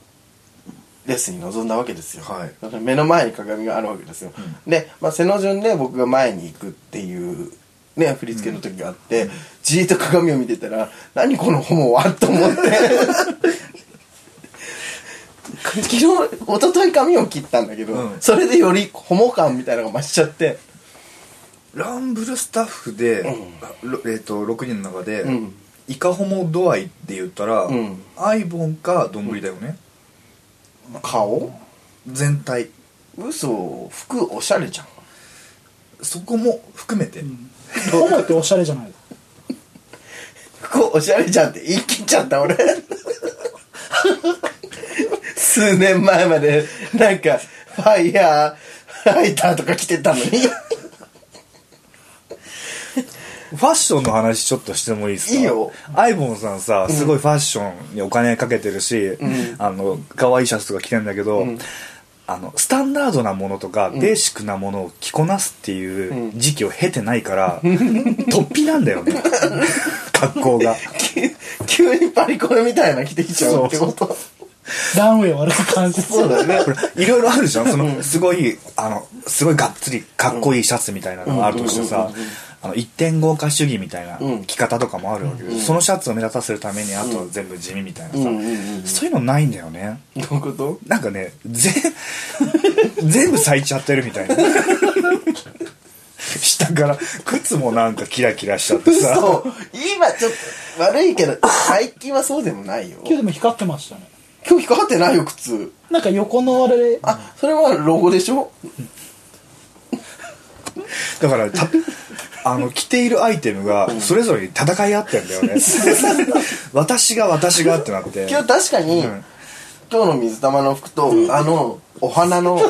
Speaker 1: レッスンに臨んだわけですよ、
Speaker 2: はい
Speaker 1: だから目の前に鏡があるわけですよ、で、まあ、背の順で僕が前に行くっていうね振り付けの時があって、じーっと鏡を見てたら「何このホモは?」と思って昨日一昨日髪を切ったんだけど、
Speaker 2: うん
Speaker 1: それでよりホモ感みたいなのが増しちゃって
Speaker 2: ランブルスタッフで、あろえー、と6人の中で、
Speaker 1: うん
Speaker 2: イカホモ度合いって言ったら、
Speaker 1: うん
Speaker 2: アイボンかどんぶりだよね、
Speaker 1: 顔
Speaker 2: 全体
Speaker 1: 嘘服おしゃれじゃん
Speaker 2: そこも含めて、
Speaker 3: ホモっておしゃれじゃない
Speaker 1: 服おしゃれじゃんって言い切っちゃった俺数年前までなんかファイヤーファイターとか着てたのに
Speaker 2: ファッションの話ちょっとしてもいいですか
Speaker 1: いいよ
Speaker 2: アイボンさんさすごいファッションにお金かけてるし、あの可愛いシャツとか着てんだけど、あのスタンダードなものとか、ベーシックなものを着こなすっていう時期を経てない (laughs) から、突飛なんだよね格好が
Speaker 1: 急急にパリコレみたいなの着てきちゃうってこと
Speaker 3: ランウェイを歩く感じ
Speaker 1: そうだね
Speaker 2: ほらいろいろあるじゃんそのすごいあのすごいがっつりかっこいいシャツみたいなのがあるとしてさあの一点豪華主義みたいな着方とかもあるわけでそのシャツを目立たせるためにあとは全部地味みたいなさ
Speaker 1: うんうんうん
Speaker 2: そういうのないんだよね
Speaker 1: どういうこと
Speaker 2: なんかねぜ (laughs) 全部咲いちゃってるみたいな (laughs) 下から靴もなんかキラキラしちゃってさ
Speaker 1: そう今ちょっと悪いけど最近はそうでもないよ
Speaker 3: 今日でも光ってましたね
Speaker 1: 今日光ってないよ靴
Speaker 3: なんか横のあれ
Speaker 1: あそれはロゴでしょ
Speaker 2: だからたあの着ているアイテムがそれぞれに戦い合ってんだ
Speaker 1: (laughs)
Speaker 2: よね私が私がってなって
Speaker 1: 今日確かに、
Speaker 2: うん
Speaker 1: 今日の水玉の服とあのお花の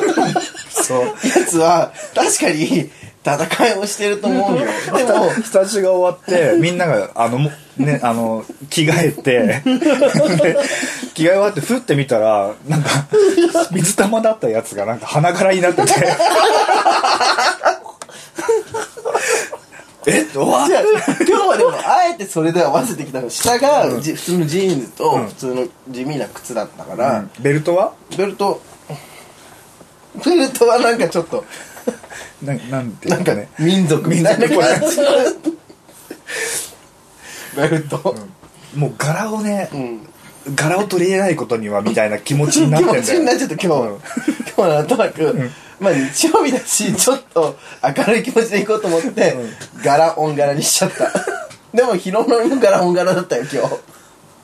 Speaker 2: そう
Speaker 1: やつは確かに戦いをしてると思うよでも
Speaker 2: スタジオが終わってみんながあのもねあの着替えてで着替え終わってふって見たらなんか水玉だったやつがなんか鼻からになってて (laughs) えっわ
Speaker 1: じゃあ今日はでもあえてそれで合わせてきたの下がじ普通のジーンズと普通の地味な靴だったから、
Speaker 2: うんベルトは
Speaker 1: ベルトベルトはなんかちょっと
Speaker 2: ななんてい
Speaker 1: な
Speaker 2: うんか
Speaker 1: か
Speaker 2: ね
Speaker 1: 民族みたいな感じ (laughs) ベルト、
Speaker 2: もう柄をね、
Speaker 1: ん
Speaker 2: 柄を取り入れないことにはみたいな気持ちになっ
Speaker 1: (laughs) 気
Speaker 2: てんだ
Speaker 1: 持
Speaker 2: よ
Speaker 1: ちになっちゃった今日、今日はなんとなく、まあ日曜日だしちょっと明るい気持ちでいこうと思って、柄オン柄にしちゃった (laughs) でもヒロノリも柄オン柄だったよ今日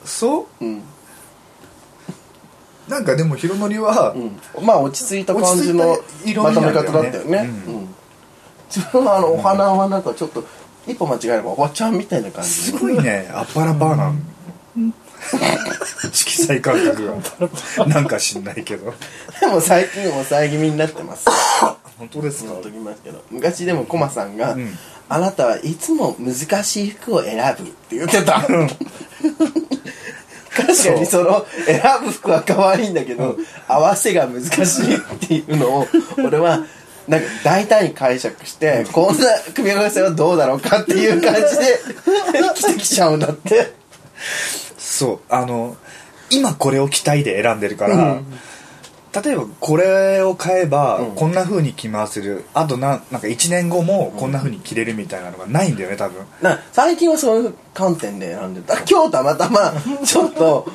Speaker 2: そう、
Speaker 1: うん
Speaker 2: なんかでも広りは、
Speaker 1: まあ落ち着いた感じの
Speaker 2: 落ち着いた色
Speaker 1: ま
Speaker 2: 味
Speaker 1: と
Speaker 2: な
Speaker 1: め
Speaker 2: んだよね
Speaker 1: 方だったよね、うん自分はあのお花はなんかちょっと一歩間違えればおばちゃんみたいな感
Speaker 2: す
Speaker 1: じ (laughs)
Speaker 2: ごいねあっぱらバーなん、 (laughs) 色彩感覚がなんか知んないけど
Speaker 1: でも最近抑え気味になってます
Speaker 2: 本当ですか
Speaker 1: 言っときますけど昔でもコマさんが、
Speaker 2: ん
Speaker 1: あなたはいつも難しい服を選ぶって言ってた確かにその選ぶ服は可愛いんだけど、合わせが難しいっていうのを俺はなんか大胆に解釈して、こんな組み合わせはどうだろうかっていう感じで着てきちゃうんだって
Speaker 2: そうあの今これを着たいで選んでるから、例えばこれを買えばこんな風に着回せる、あとななんか1年後もこんな風に着れるみたいなのがないんだよね多分
Speaker 1: な最近はそういう観点で選んでた今日たまたまちょっと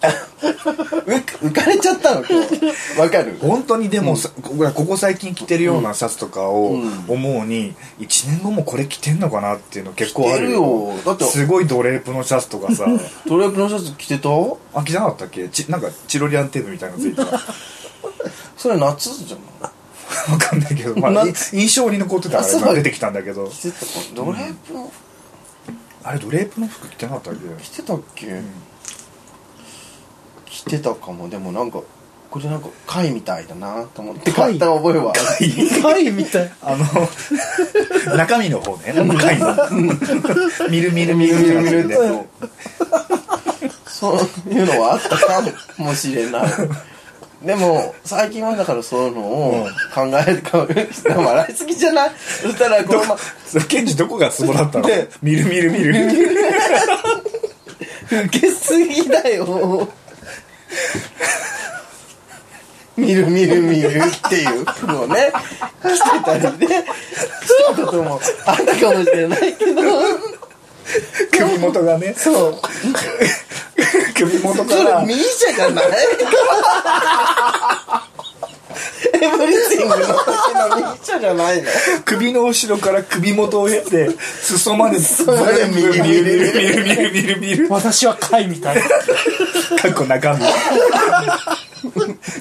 Speaker 1: 浮浮かれちゃったの今日わかる
Speaker 2: 本当にでもさ、ここここ最近着てるようなシャツとかを思うに1年後もこれ着てんのかなっていうの結構あるよ
Speaker 1: 着てるよだって
Speaker 2: すごいドレープのシャツとか (laughs) さ
Speaker 1: トレープのシャツ着てた
Speaker 2: あ着てなかったっけちなんかチロリアンテープみたいなのついてた
Speaker 1: それ夏じゃない
Speaker 2: わかんないけど、まあ、い印象に残ってたか
Speaker 1: あ
Speaker 2: ら
Speaker 1: そう
Speaker 2: 今出てきたんだけど
Speaker 1: 着てたかドレープの
Speaker 2: あれドレープの服着てなかったっけ
Speaker 1: 着てたっけ、着てたかもでもなんかこれなんか貝みたいだなと思って買った覚えはある
Speaker 3: 貝みたい
Speaker 2: あの中身の方ね中身の見る見る見るみたいな感じで
Speaker 1: そういうのはあったかもしれないでも最近はだからそういうのを考えるか笑いすぎじゃないそしたらこのま
Speaker 2: そうケンジどこがツボだったの
Speaker 1: で
Speaker 2: 見る見る見る
Speaker 1: 受けすぎだよ見る見る見るっていう服をね着てたりねしたこともあったかもしれないけど
Speaker 2: 首元がね
Speaker 1: そう
Speaker 2: 首元
Speaker 1: そ
Speaker 2: か
Speaker 1: れ
Speaker 2: ら
Speaker 1: ミーシャじゃないエブリティングの時のミーシャじゃないの
Speaker 2: 首の後ろから首元を経て裾まで
Speaker 1: まで
Speaker 2: 全部見る見る見る見る見る見る
Speaker 3: 私は貝みたい
Speaker 2: かっこ中身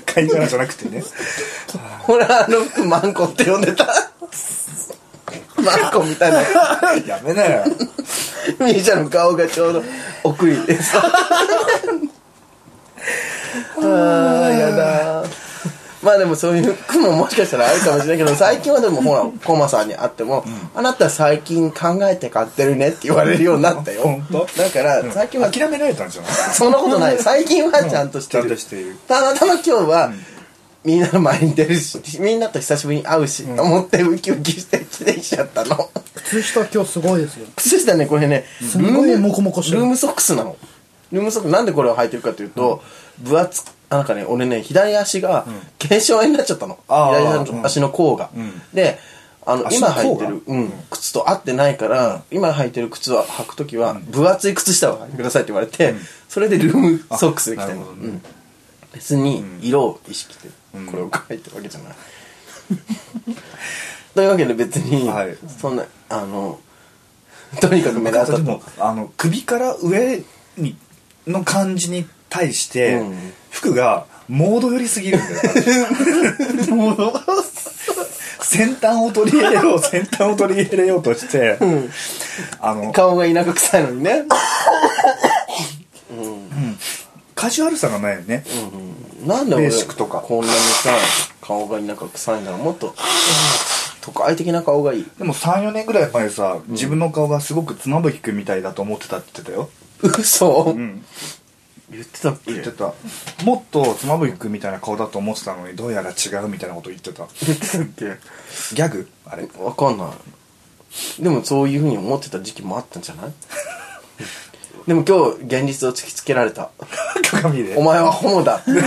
Speaker 2: 貝殻じゃなくてね
Speaker 1: 俺あの服マンコって呼んでたマンコみたいな
Speaker 2: やめなよ
Speaker 1: ミーシャの顔がちょうど奥にでさああやだまあでもそういう服ももしかしたらあるかもしれないけど最近はでもほらコマさんに会っても、あなた最近考えて買ってるね」って言われるようになったよ
Speaker 2: 本当
Speaker 1: だから最近は
Speaker 2: 諦められたんじゃない
Speaker 1: そんなことない最近はちゃんとしてる、
Speaker 2: うんちゃんとしている
Speaker 1: たまたま今日は、みんなの前に出るしみんなと久しぶりに会うし、と思ってウキウキして来てきちゃったの
Speaker 3: 靴下今日すごいですよ
Speaker 1: 靴下ねこれねす
Speaker 3: ごいモコモコしてる
Speaker 1: ルームソックスなのルームソックスなんでこれを履いてるかというと、分厚あなんかね俺ね左足が腱鞘炎になっちゃったの、
Speaker 2: あ
Speaker 1: 左
Speaker 2: ー
Speaker 1: 足の足の甲が、であの
Speaker 2: 足
Speaker 1: 今
Speaker 2: の
Speaker 1: 履
Speaker 2: 甲が
Speaker 1: いてる、うん、靴と合ってないから、今履いてる靴は履く時は分厚い靴下を履いてくださいって言われて、それでルームソックスで来てる
Speaker 2: な
Speaker 1: の
Speaker 2: るほどね
Speaker 1: うん別に色を意識してこれを描いてるわけじゃない、 (laughs) というわけで別に、
Speaker 2: はい
Speaker 1: そんなあのとにかく目立った
Speaker 2: でもあの首から上にの感じに対して、
Speaker 1: うん
Speaker 2: 服がモード寄りすぎ
Speaker 1: (laughs)
Speaker 2: るんだよ
Speaker 3: もう
Speaker 2: 先端を取り入れよう先端を取り入れようとして、あの
Speaker 1: (laughs) 顔が田舎臭いのにね
Speaker 2: カジュアルさがないよね、
Speaker 1: なんで俺
Speaker 2: ベーシックとか
Speaker 1: こんなにさ顔が田舎臭いんだろうもっと都会的な顔がいい
Speaker 2: でも34年ぐらい前さ、自分の顔がすごく妻夫木君みたいだと思ってたって言ってたよ
Speaker 1: 嘘、
Speaker 2: ん
Speaker 1: 言ってたっけ
Speaker 2: 言ってたもっと妻夫木君みたいな顔だと思ってたのにどうやら違うみたいなこと言っ
Speaker 1: (laughs)
Speaker 2: てた
Speaker 1: 言ってたっけ
Speaker 2: ギャグあれ
Speaker 1: わかんないでもそういうふうに思ってた時期もあったんじゃない (laughs) でも今日現実を突きつけられた
Speaker 2: 鏡で
Speaker 1: お前はホモだっていう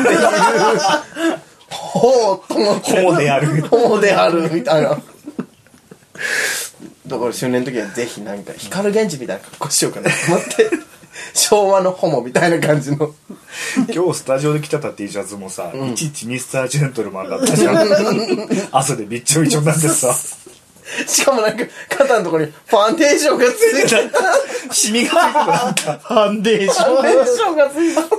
Speaker 1: ほうと思って
Speaker 2: ホモである
Speaker 1: ホモであるみたいなだから周年の時はぜひなんか光源氏みたいな格好しようかなと思って昭和のホモみたいな感じの
Speaker 2: 今日スタジオで着てた T シャツもさ、いちいちミスター・ジェントルマンだっ
Speaker 1: (laughs)
Speaker 2: たじゃん汗でびっちょびちょになってさ
Speaker 1: しかもなんか肩のところにファンデーションがついてた
Speaker 2: シミがついてた
Speaker 3: ファンデーシ
Speaker 1: ファン
Speaker 3: ョン
Speaker 1: デーションがついてた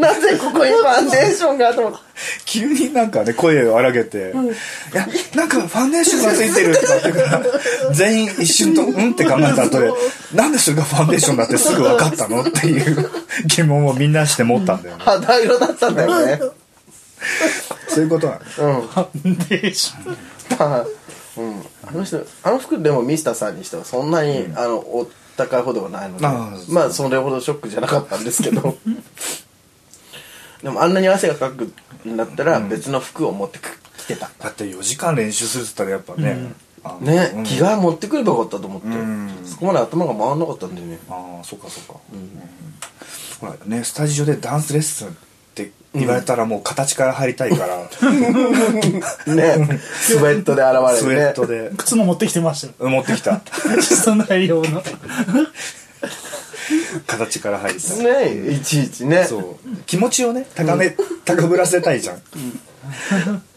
Speaker 1: なぜここにファンデーションがと思って
Speaker 2: 急になんかね声を荒げて、いやなんかファンデーションがついてるとかって言うから全員一瞬とうんって考えた後でなんでそれがファンデーションだってすぐ分かったのっていう疑問をみんなして持ったんだよね
Speaker 1: 肌色だったんだよね
Speaker 2: そういうことなんです
Speaker 1: うん
Speaker 3: ファンデーション
Speaker 1: だうん、あの人あの服でもミスターさんにしてはそんなに、あのお高いほどはないので
Speaker 2: ああそう
Speaker 1: まあそれほどショックじゃなかったんですけ (laughs) どでもあんなに汗がかくんだったら別の服を持ってく着てた
Speaker 2: だって4時間練習するっつったらやっぱね、あの
Speaker 1: ね、
Speaker 2: うん
Speaker 1: 着替え持ってくればよかったと思って、
Speaker 2: ん
Speaker 1: そこまで頭が回らなかったんでね
Speaker 2: ああそっかそっか、うんほらねスタジオでダンスレッスンって言われたらもう形から入りたいから、
Speaker 1: (laughs) ね (laughs) スウェットで現
Speaker 2: スウ
Speaker 1: れる
Speaker 2: ェ
Speaker 1: ね
Speaker 2: ットで
Speaker 3: 靴も持ってきてましたよ
Speaker 2: 持ってきた
Speaker 3: そんな用の
Speaker 2: 形から入りたい
Speaker 1: ねいちいちね
Speaker 2: そう気持ちをね高め、高ぶらせたいじゃん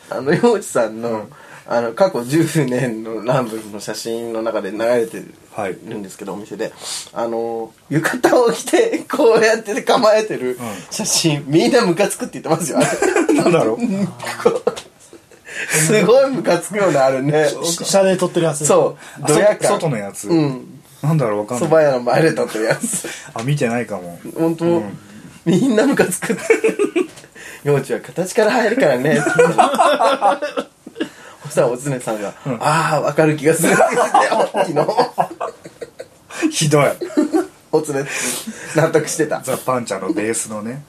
Speaker 1: あの陽一さんの,、あの過去10年のランブルの写真の中で流れてる,、
Speaker 2: はい
Speaker 1: (laughs) んですけどお店であの浴衣を着てこうやって構えてる写真、みんなムカつくって言ってますよあれ
Speaker 2: なんだろう
Speaker 1: すごいムカつくよねあれね
Speaker 3: 下で撮ってるやつ
Speaker 1: そ
Speaker 2: あ
Speaker 1: うドヤ
Speaker 2: そ
Speaker 1: 感
Speaker 2: 外のやつ、
Speaker 1: うん
Speaker 2: なんだろうわか
Speaker 1: そ
Speaker 2: んな
Speaker 1: ば
Speaker 2: い
Speaker 1: 屋の前で撮ってるやつ
Speaker 2: あ見てないかも
Speaker 1: 本当、みんなムカつくって幼稚は形から入るからねって言ったのそしたらおつねさんが「ああわかる気がする」って言って昨日
Speaker 2: ひどい
Speaker 1: おつね納得してた
Speaker 2: ザ・パンチャーのベースのね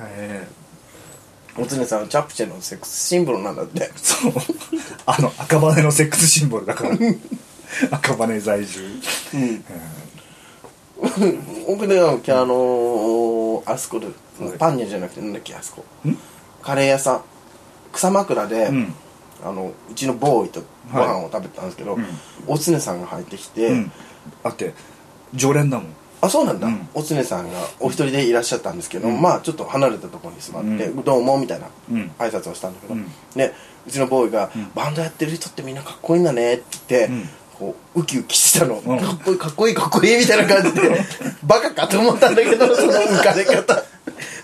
Speaker 2: え
Speaker 1: おつねさんはチャプチェのセックスシンボルなんだって
Speaker 2: ーそうあの赤羽のセックスシンボルだから赤羽在住
Speaker 1: 僕ねあのあのーあそこでパンニャじゃなくてなんだっけあそこカレー屋さん草枕で、
Speaker 2: ん
Speaker 1: あのうちのボーイとご飯を食べたんですけど、おつねさんが入ってきて、
Speaker 2: うんだって常連だもん
Speaker 1: あそうなんだ、
Speaker 2: うん
Speaker 1: おつねさんがお一人でいらっしゃったんですけど、まあちょっと離れたところに座って「どうも」みたいな
Speaker 2: うん
Speaker 1: 挨拶をしたんだけど、
Speaker 2: うん
Speaker 1: でうちのボーイが、バンドやってる人ってみんなかっこいいんだね」って言って、
Speaker 2: ん
Speaker 1: こうウキウキしてたの、
Speaker 2: ん
Speaker 1: かっこいいかっこいいかっこいいみたいな感じでバカかと思ったんだけどその浮かれ方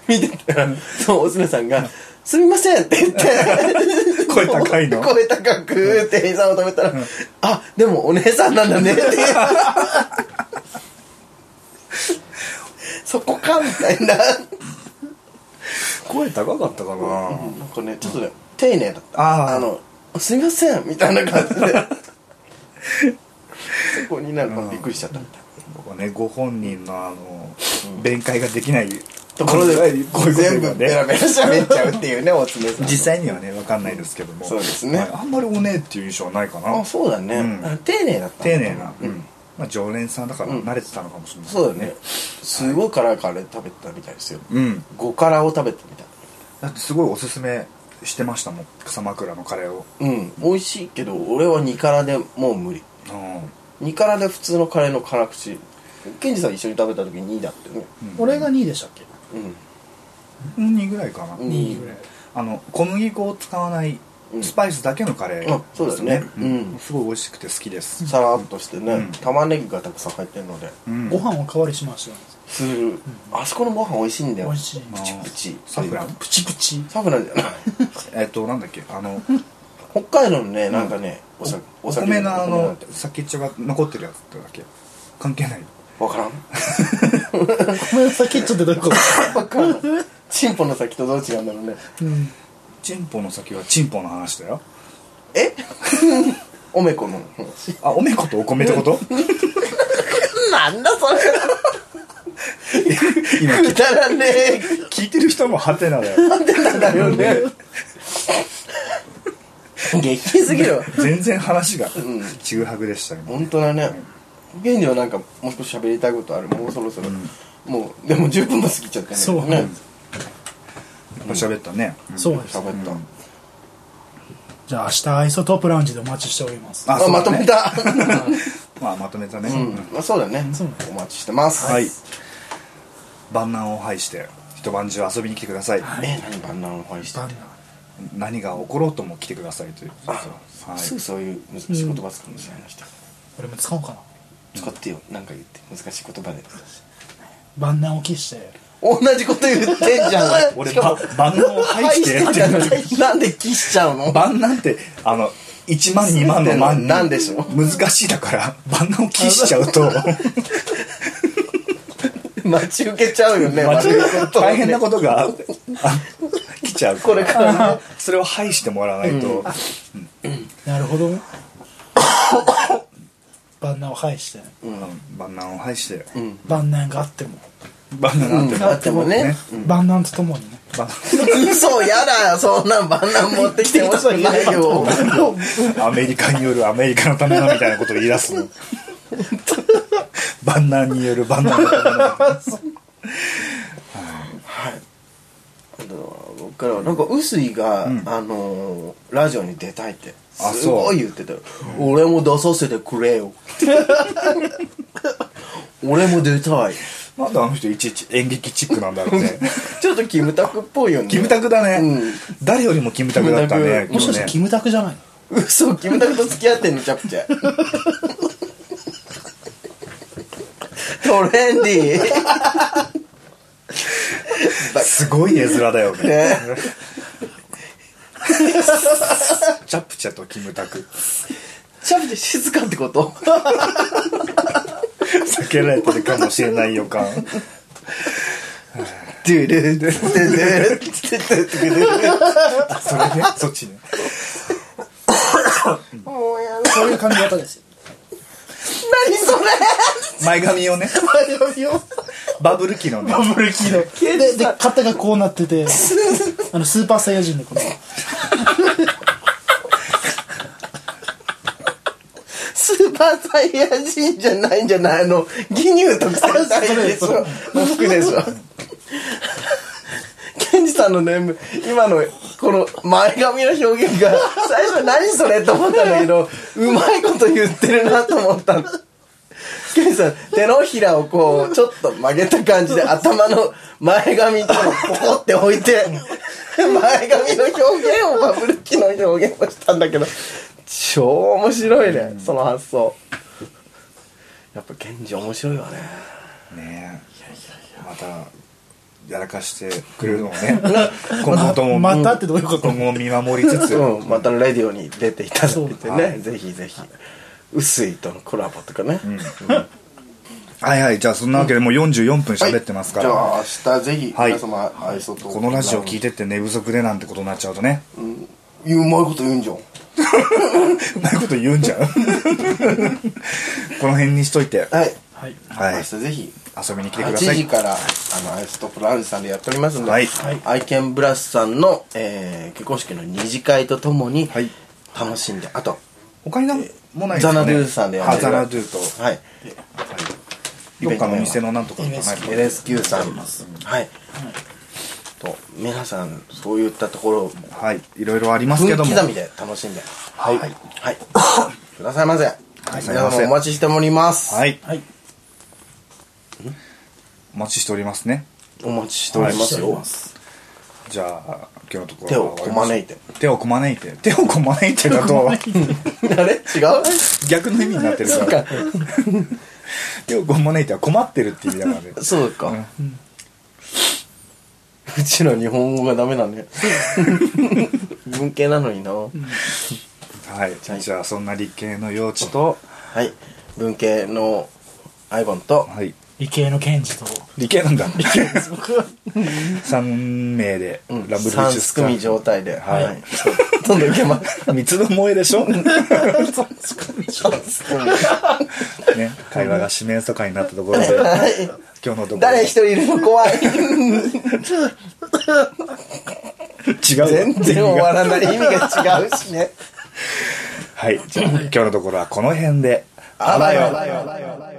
Speaker 1: 見てたらそのおつねさんが「すみません」って言って
Speaker 2: 声高いの
Speaker 1: 声高く店員さんを止めたら「あでもお姉さんなんだね」って
Speaker 2: (laughs)
Speaker 1: いうそこかみたいな
Speaker 2: 声高かったかな、
Speaker 1: なんかねちょっとね丁寧だった
Speaker 2: あー
Speaker 1: の「すいません」みたいな感じで
Speaker 2: (laughs)
Speaker 1: そこになんかびっくりしちゃったみたい
Speaker 2: 僕はねご本人のあの、弁解ができない
Speaker 1: なところで
Speaker 2: こういうことが
Speaker 1: 全部
Speaker 2: ね
Speaker 1: ベラベラ喋っちゃうっていうねおつめさんの
Speaker 2: 実際にはね分かんないですけども、
Speaker 1: そうですね
Speaker 2: はいあんまりおねえっていう印象はないかな
Speaker 1: あそうだね、
Speaker 2: うん
Speaker 1: あ丁寧だった
Speaker 2: 丁寧な、うんまあ、常連さんだから慣れてたのかもしれない、
Speaker 1: そうだねすごい辛いカレー食べてたみたいですよ
Speaker 2: うん
Speaker 1: 5辛を食べてたみたい
Speaker 2: だってすごいおすすめしてましたもん草枕のカレーを
Speaker 1: うん美味しいけど俺は2辛でもう無理
Speaker 2: うん
Speaker 1: 2辛で普通のカレーの辛口ケンジさん一緒に食べた時2だってね
Speaker 3: 俺が2位でしたっけ
Speaker 1: うん
Speaker 2: 2ぐらいかな、
Speaker 1: 2ぐらい
Speaker 2: あの小麦粉を使わない
Speaker 1: うん
Speaker 2: スパイスだけのカレー、
Speaker 1: あそうだよね
Speaker 2: です
Speaker 1: うん
Speaker 2: すごい美味しくて好きです、
Speaker 1: さらっとしてね、
Speaker 2: うん
Speaker 1: 玉ねぎがたくさん入ってるので
Speaker 2: うん
Speaker 3: ご飯おかわりしましたよ
Speaker 1: する、あそこのご飯美味しいんだよ
Speaker 3: 美味しい
Speaker 1: プチプチ
Speaker 2: サフラン
Speaker 3: プチプチ
Speaker 1: サフランじ (laughs) ゃない
Speaker 2: えっとなんだっけあの
Speaker 1: 北海道のねなんかね、 (laughs) お酒
Speaker 2: お米のあ
Speaker 1: お米
Speaker 2: の
Speaker 1: んて
Speaker 2: 先っちょが残ってるやつってだけ関係ない
Speaker 1: わからん
Speaker 3: ごめんなさい切っちゃってどういうこと
Speaker 1: わからん (laughs) チンポの先とどう違うんだろうね
Speaker 3: うん
Speaker 2: チンポの先はチンポの話だよ
Speaker 1: (laughs) えおめこの話
Speaker 2: あおめことお米っ
Speaker 1: (laughs)
Speaker 2: てこと
Speaker 1: なんだ (laughs) そ
Speaker 2: 今
Speaker 1: れくだらねえ
Speaker 2: 聞いてる人もハテナだよ
Speaker 1: だよね激すぎるわ
Speaker 2: 全然話がちぐはぐでした今
Speaker 1: 本当だね現にはなんかもう少し喋りたいことあるもうそろそろ、もうでも10分も過ぎちゃったね
Speaker 3: そう
Speaker 1: ね
Speaker 2: やっぱ喋ったね、うん
Speaker 3: そうです
Speaker 1: 喋った、
Speaker 2: うん
Speaker 3: じゃあ明日アイソトープラウンジでお待ちしております
Speaker 2: あ
Speaker 1: あ
Speaker 2: そう
Speaker 1: ま
Speaker 2: だ
Speaker 1: と
Speaker 2: ね
Speaker 1: めた
Speaker 2: (laughs) まあまとめたね、
Speaker 1: うん、まあ、そうだね
Speaker 3: そうだね
Speaker 1: お待ちしてます
Speaker 2: はい万難を排して一晩中遊びに来てください、
Speaker 1: ね何万難を拝して
Speaker 3: バンナ
Speaker 2: 何が起ころうとも来てくださいということですよ
Speaker 1: あすぐそういう難しい言葉使うんですよあの人
Speaker 3: 俺も使おうかな
Speaker 1: 使ってよなんか言って難しい言葉で
Speaker 3: 万難を期して
Speaker 1: 同じこと言ってんじゃん
Speaker 2: (laughs) 俺
Speaker 1: しかも
Speaker 2: ば万能を排し
Speaker 1: (laughs)
Speaker 2: て
Speaker 1: 排してんじゃんなんでキしちゃうの
Speaker 2: 万難ってあの1万2万の万に
Speaker 1: なんでしょう
Speaker 2: 難しいだから万難を期しちゃうと
Speaker 1: 待ち受けちゃうよね
Speaker 2: 間違え
Speaker 1: 悪いことをね
Speaker 2: 大変なことがあ来ちゃう
Speaker 1: これから
Speaker 2: それを排してもらわないと、
Speaker 3: なるほどね万難を排して
Speaker 2: うん万難を排して
Speaker 1: うん
Speaker 3: 万難があっても
Speaker 2: 万難あって
Speaker 1: あってもね
Speaker 3: 万難とともにね
Speaker 2: 万
Speaker 1: 嘘やだよそんなん万難持ってきてほしくないよ
Speaker 2: (laughs) 難アメリカによるアメリカのためのみたいなことを言い出すの万難による万難のための
Speaker 1: 僕からはなんか臼井が、あのーラジオに出たいって
Speaker 2: あ
Speaker 1: すごい言ってたよ俺も出させてくれよ俺も出たい
Speaker 2: なんであの人いちいち演劇チックなんだろうね
Speaker 1: ちょっとキムタクっぽいよね
Speaker 2: キムタクだね、
Speaker 1: うん
Speaker 2: 誰よりもキムタクだったね
Speaker 1: キムタク
Speaker 3: もしかして
Speaker 2: ね
Speaker 3: キムタクじゃないの
Speaker 1: 嘘キムタクと付き合ってんのチャプチャトレンディー
Speaker 2: すごい絵面だよね
Speaker 1: ね
Speaker 2: チャプチャとキムタク
Speaker 1: チャプチャ静かって (laughs) こと
Speaker 2: 避けられてるかもしれない予感
Speaker 1: ドゥルドゥルドゥルドゥル
Speaker 2: それねそっちね
Speaker 3: そういう髪型ですよ
Speaker 1: 何それ
Speaker 2: 前髪をねバブル期のね
Speaker 3: ブルキーのでで肩がこうなって (laughs) てあのスーパーサイヤ人のこの
Speaker 1: スーパーサイヤ人じゃないんじゃないあの義乳とか大変でしょお服でしょケンジさんのね今のこの前髪の表現が最初何それと思ったんだけどうまいこと言ってるなと思ったのケンジさん手のひらをこうちょっと曲げた感じで頭の前髪とポコって置いて前髪の表現をバブル期の表現をしたんだけど超面白いねその発想やっぱケンジ面白いわね
Speaker 2: ねまたやらかしてくれるのを
Speaker 1: (laughs)
Speaker 2: ね今後とも
Speaker 3: またってどういうこと
Speaker 2: 今後も見守りつつ、
Speaker 1: うん、またレディオに出ていただいて
Speaker 2: そうだ
Speaker 1: ね、ぜひぜひ、薄いとのコラボとかね。
Speaker 2: はいはいじゃあそんなわけでもう44分喋ってますから、
Speaker 1: はいじゃあ明日ぜひ
Speaker 2: はい
Speaker 1: 皆様、愛想と。
Speaker 2: このラジオ聞いてって寝不足でなんてことになっちゃうとね
Speaker 1: 言うまいこと言うんじゃん。
Speaker 2: うまいこと言うんじゃんこの辺にしといて、
Speaker 1: はい。
Speaker 3: はい
Speaker 2: はい、
Speaker 1: 明日
Speaker 2: 遊
Speaker 1: ぜひ、
Speaker 2: びに来てく
Speaker 1: 8
Speaker 2: ださい
Speaker 1: 時から、あの、アイスとプラウンジさんでやっておりますので、
Speaker 2: はい
Speaker 1: アイケンブラスさんの、えー結婚式の二次会とともに
Speaker 2: はい、
Speaker 1: 楽しんで、あと、
Speaker 2: 他になんもない
Speaker 1: ザナドゥさんでや
Speaker 2: あ
Speaker 1: る
Speaker 2: ザナドゥと
Speaker 1: はい、
Speaker 2: どっかの店のなんとかとかない
Speaker 1: LSQ さん、はい。と、皆さん、そういったところを、
Speaker 2: はいいろいろありますけ
Speaker 1: 分
Speaker 2: ども
Speaker 1: 刻みで楽しんで
Speaker 2: はい
Speaker 1: はいくださいませ
Speaker 2: い
Speaker 1: 皆様お待ちしております
Speaker 2: はい
Speaker 3: はい
Speaker 2: お待ちしておりますね
Speaker 1: お待ちしております
Speaker 3: お
Speaker 1: よ
Speaker 3: 待ちして
Speaker 2: じゃあ今日のとこ
Speaker 1: 手
Speaker 2: ろは
Speaker 1: をこ
Speaker 2: 終わ
Speaker 1: ま
Speaker 2: りま
Speaker 1: ね
Speaker 2: し
Speaker 1: いて
Speaker 2: ょう手をこまねいて手をこまねいてだ
Speaker 1: (laughs)
Speaker 2: と
Speaker 1: あれ違う
Speaker 2: 逆の意味になってる
Speaker 1: そう
Speaker 2: から
Speaker 1: か
Speaker 2: (laughs) 手をこまねいては困ってるっていう意味だからね
Speaker 1: そうかうちの日本語がダメだね (laughs) 文系なのにな
Speaker 2: はいじゃあそんな理系の用地と
Speaker 1: はい文系のアイボンと
Speaker 2: はい
Speaker 3: 理系の検 (laughs) 事と
Speaker 2: 理系なんだ
Speaker 3: 僕は
Speaker 2: 3名でラブルフィッシ
Speaker 1: 3
Speaker 2: ュスカ
Speaker 1: 組状態ではいどんどんいけます
Speaker 2: 三つどもえ
Speaker 1: (laughs)
Speaker 2: でしょね会話が四面楚歌になったところで
Speaker 1: はい
Speaker 2: 今日のところ
Speaker 1: 誰一人いるの (laughs) 怖い
Speaker 2: 違う
Speaker 1: 全然終わら
Speaker 2: ら
Speaker 1: ない意味が違うしね
Speaker 2: はいじゃあ今日のところはこの辺で
Speaker 1: あばよ
Speaker 3: あばよ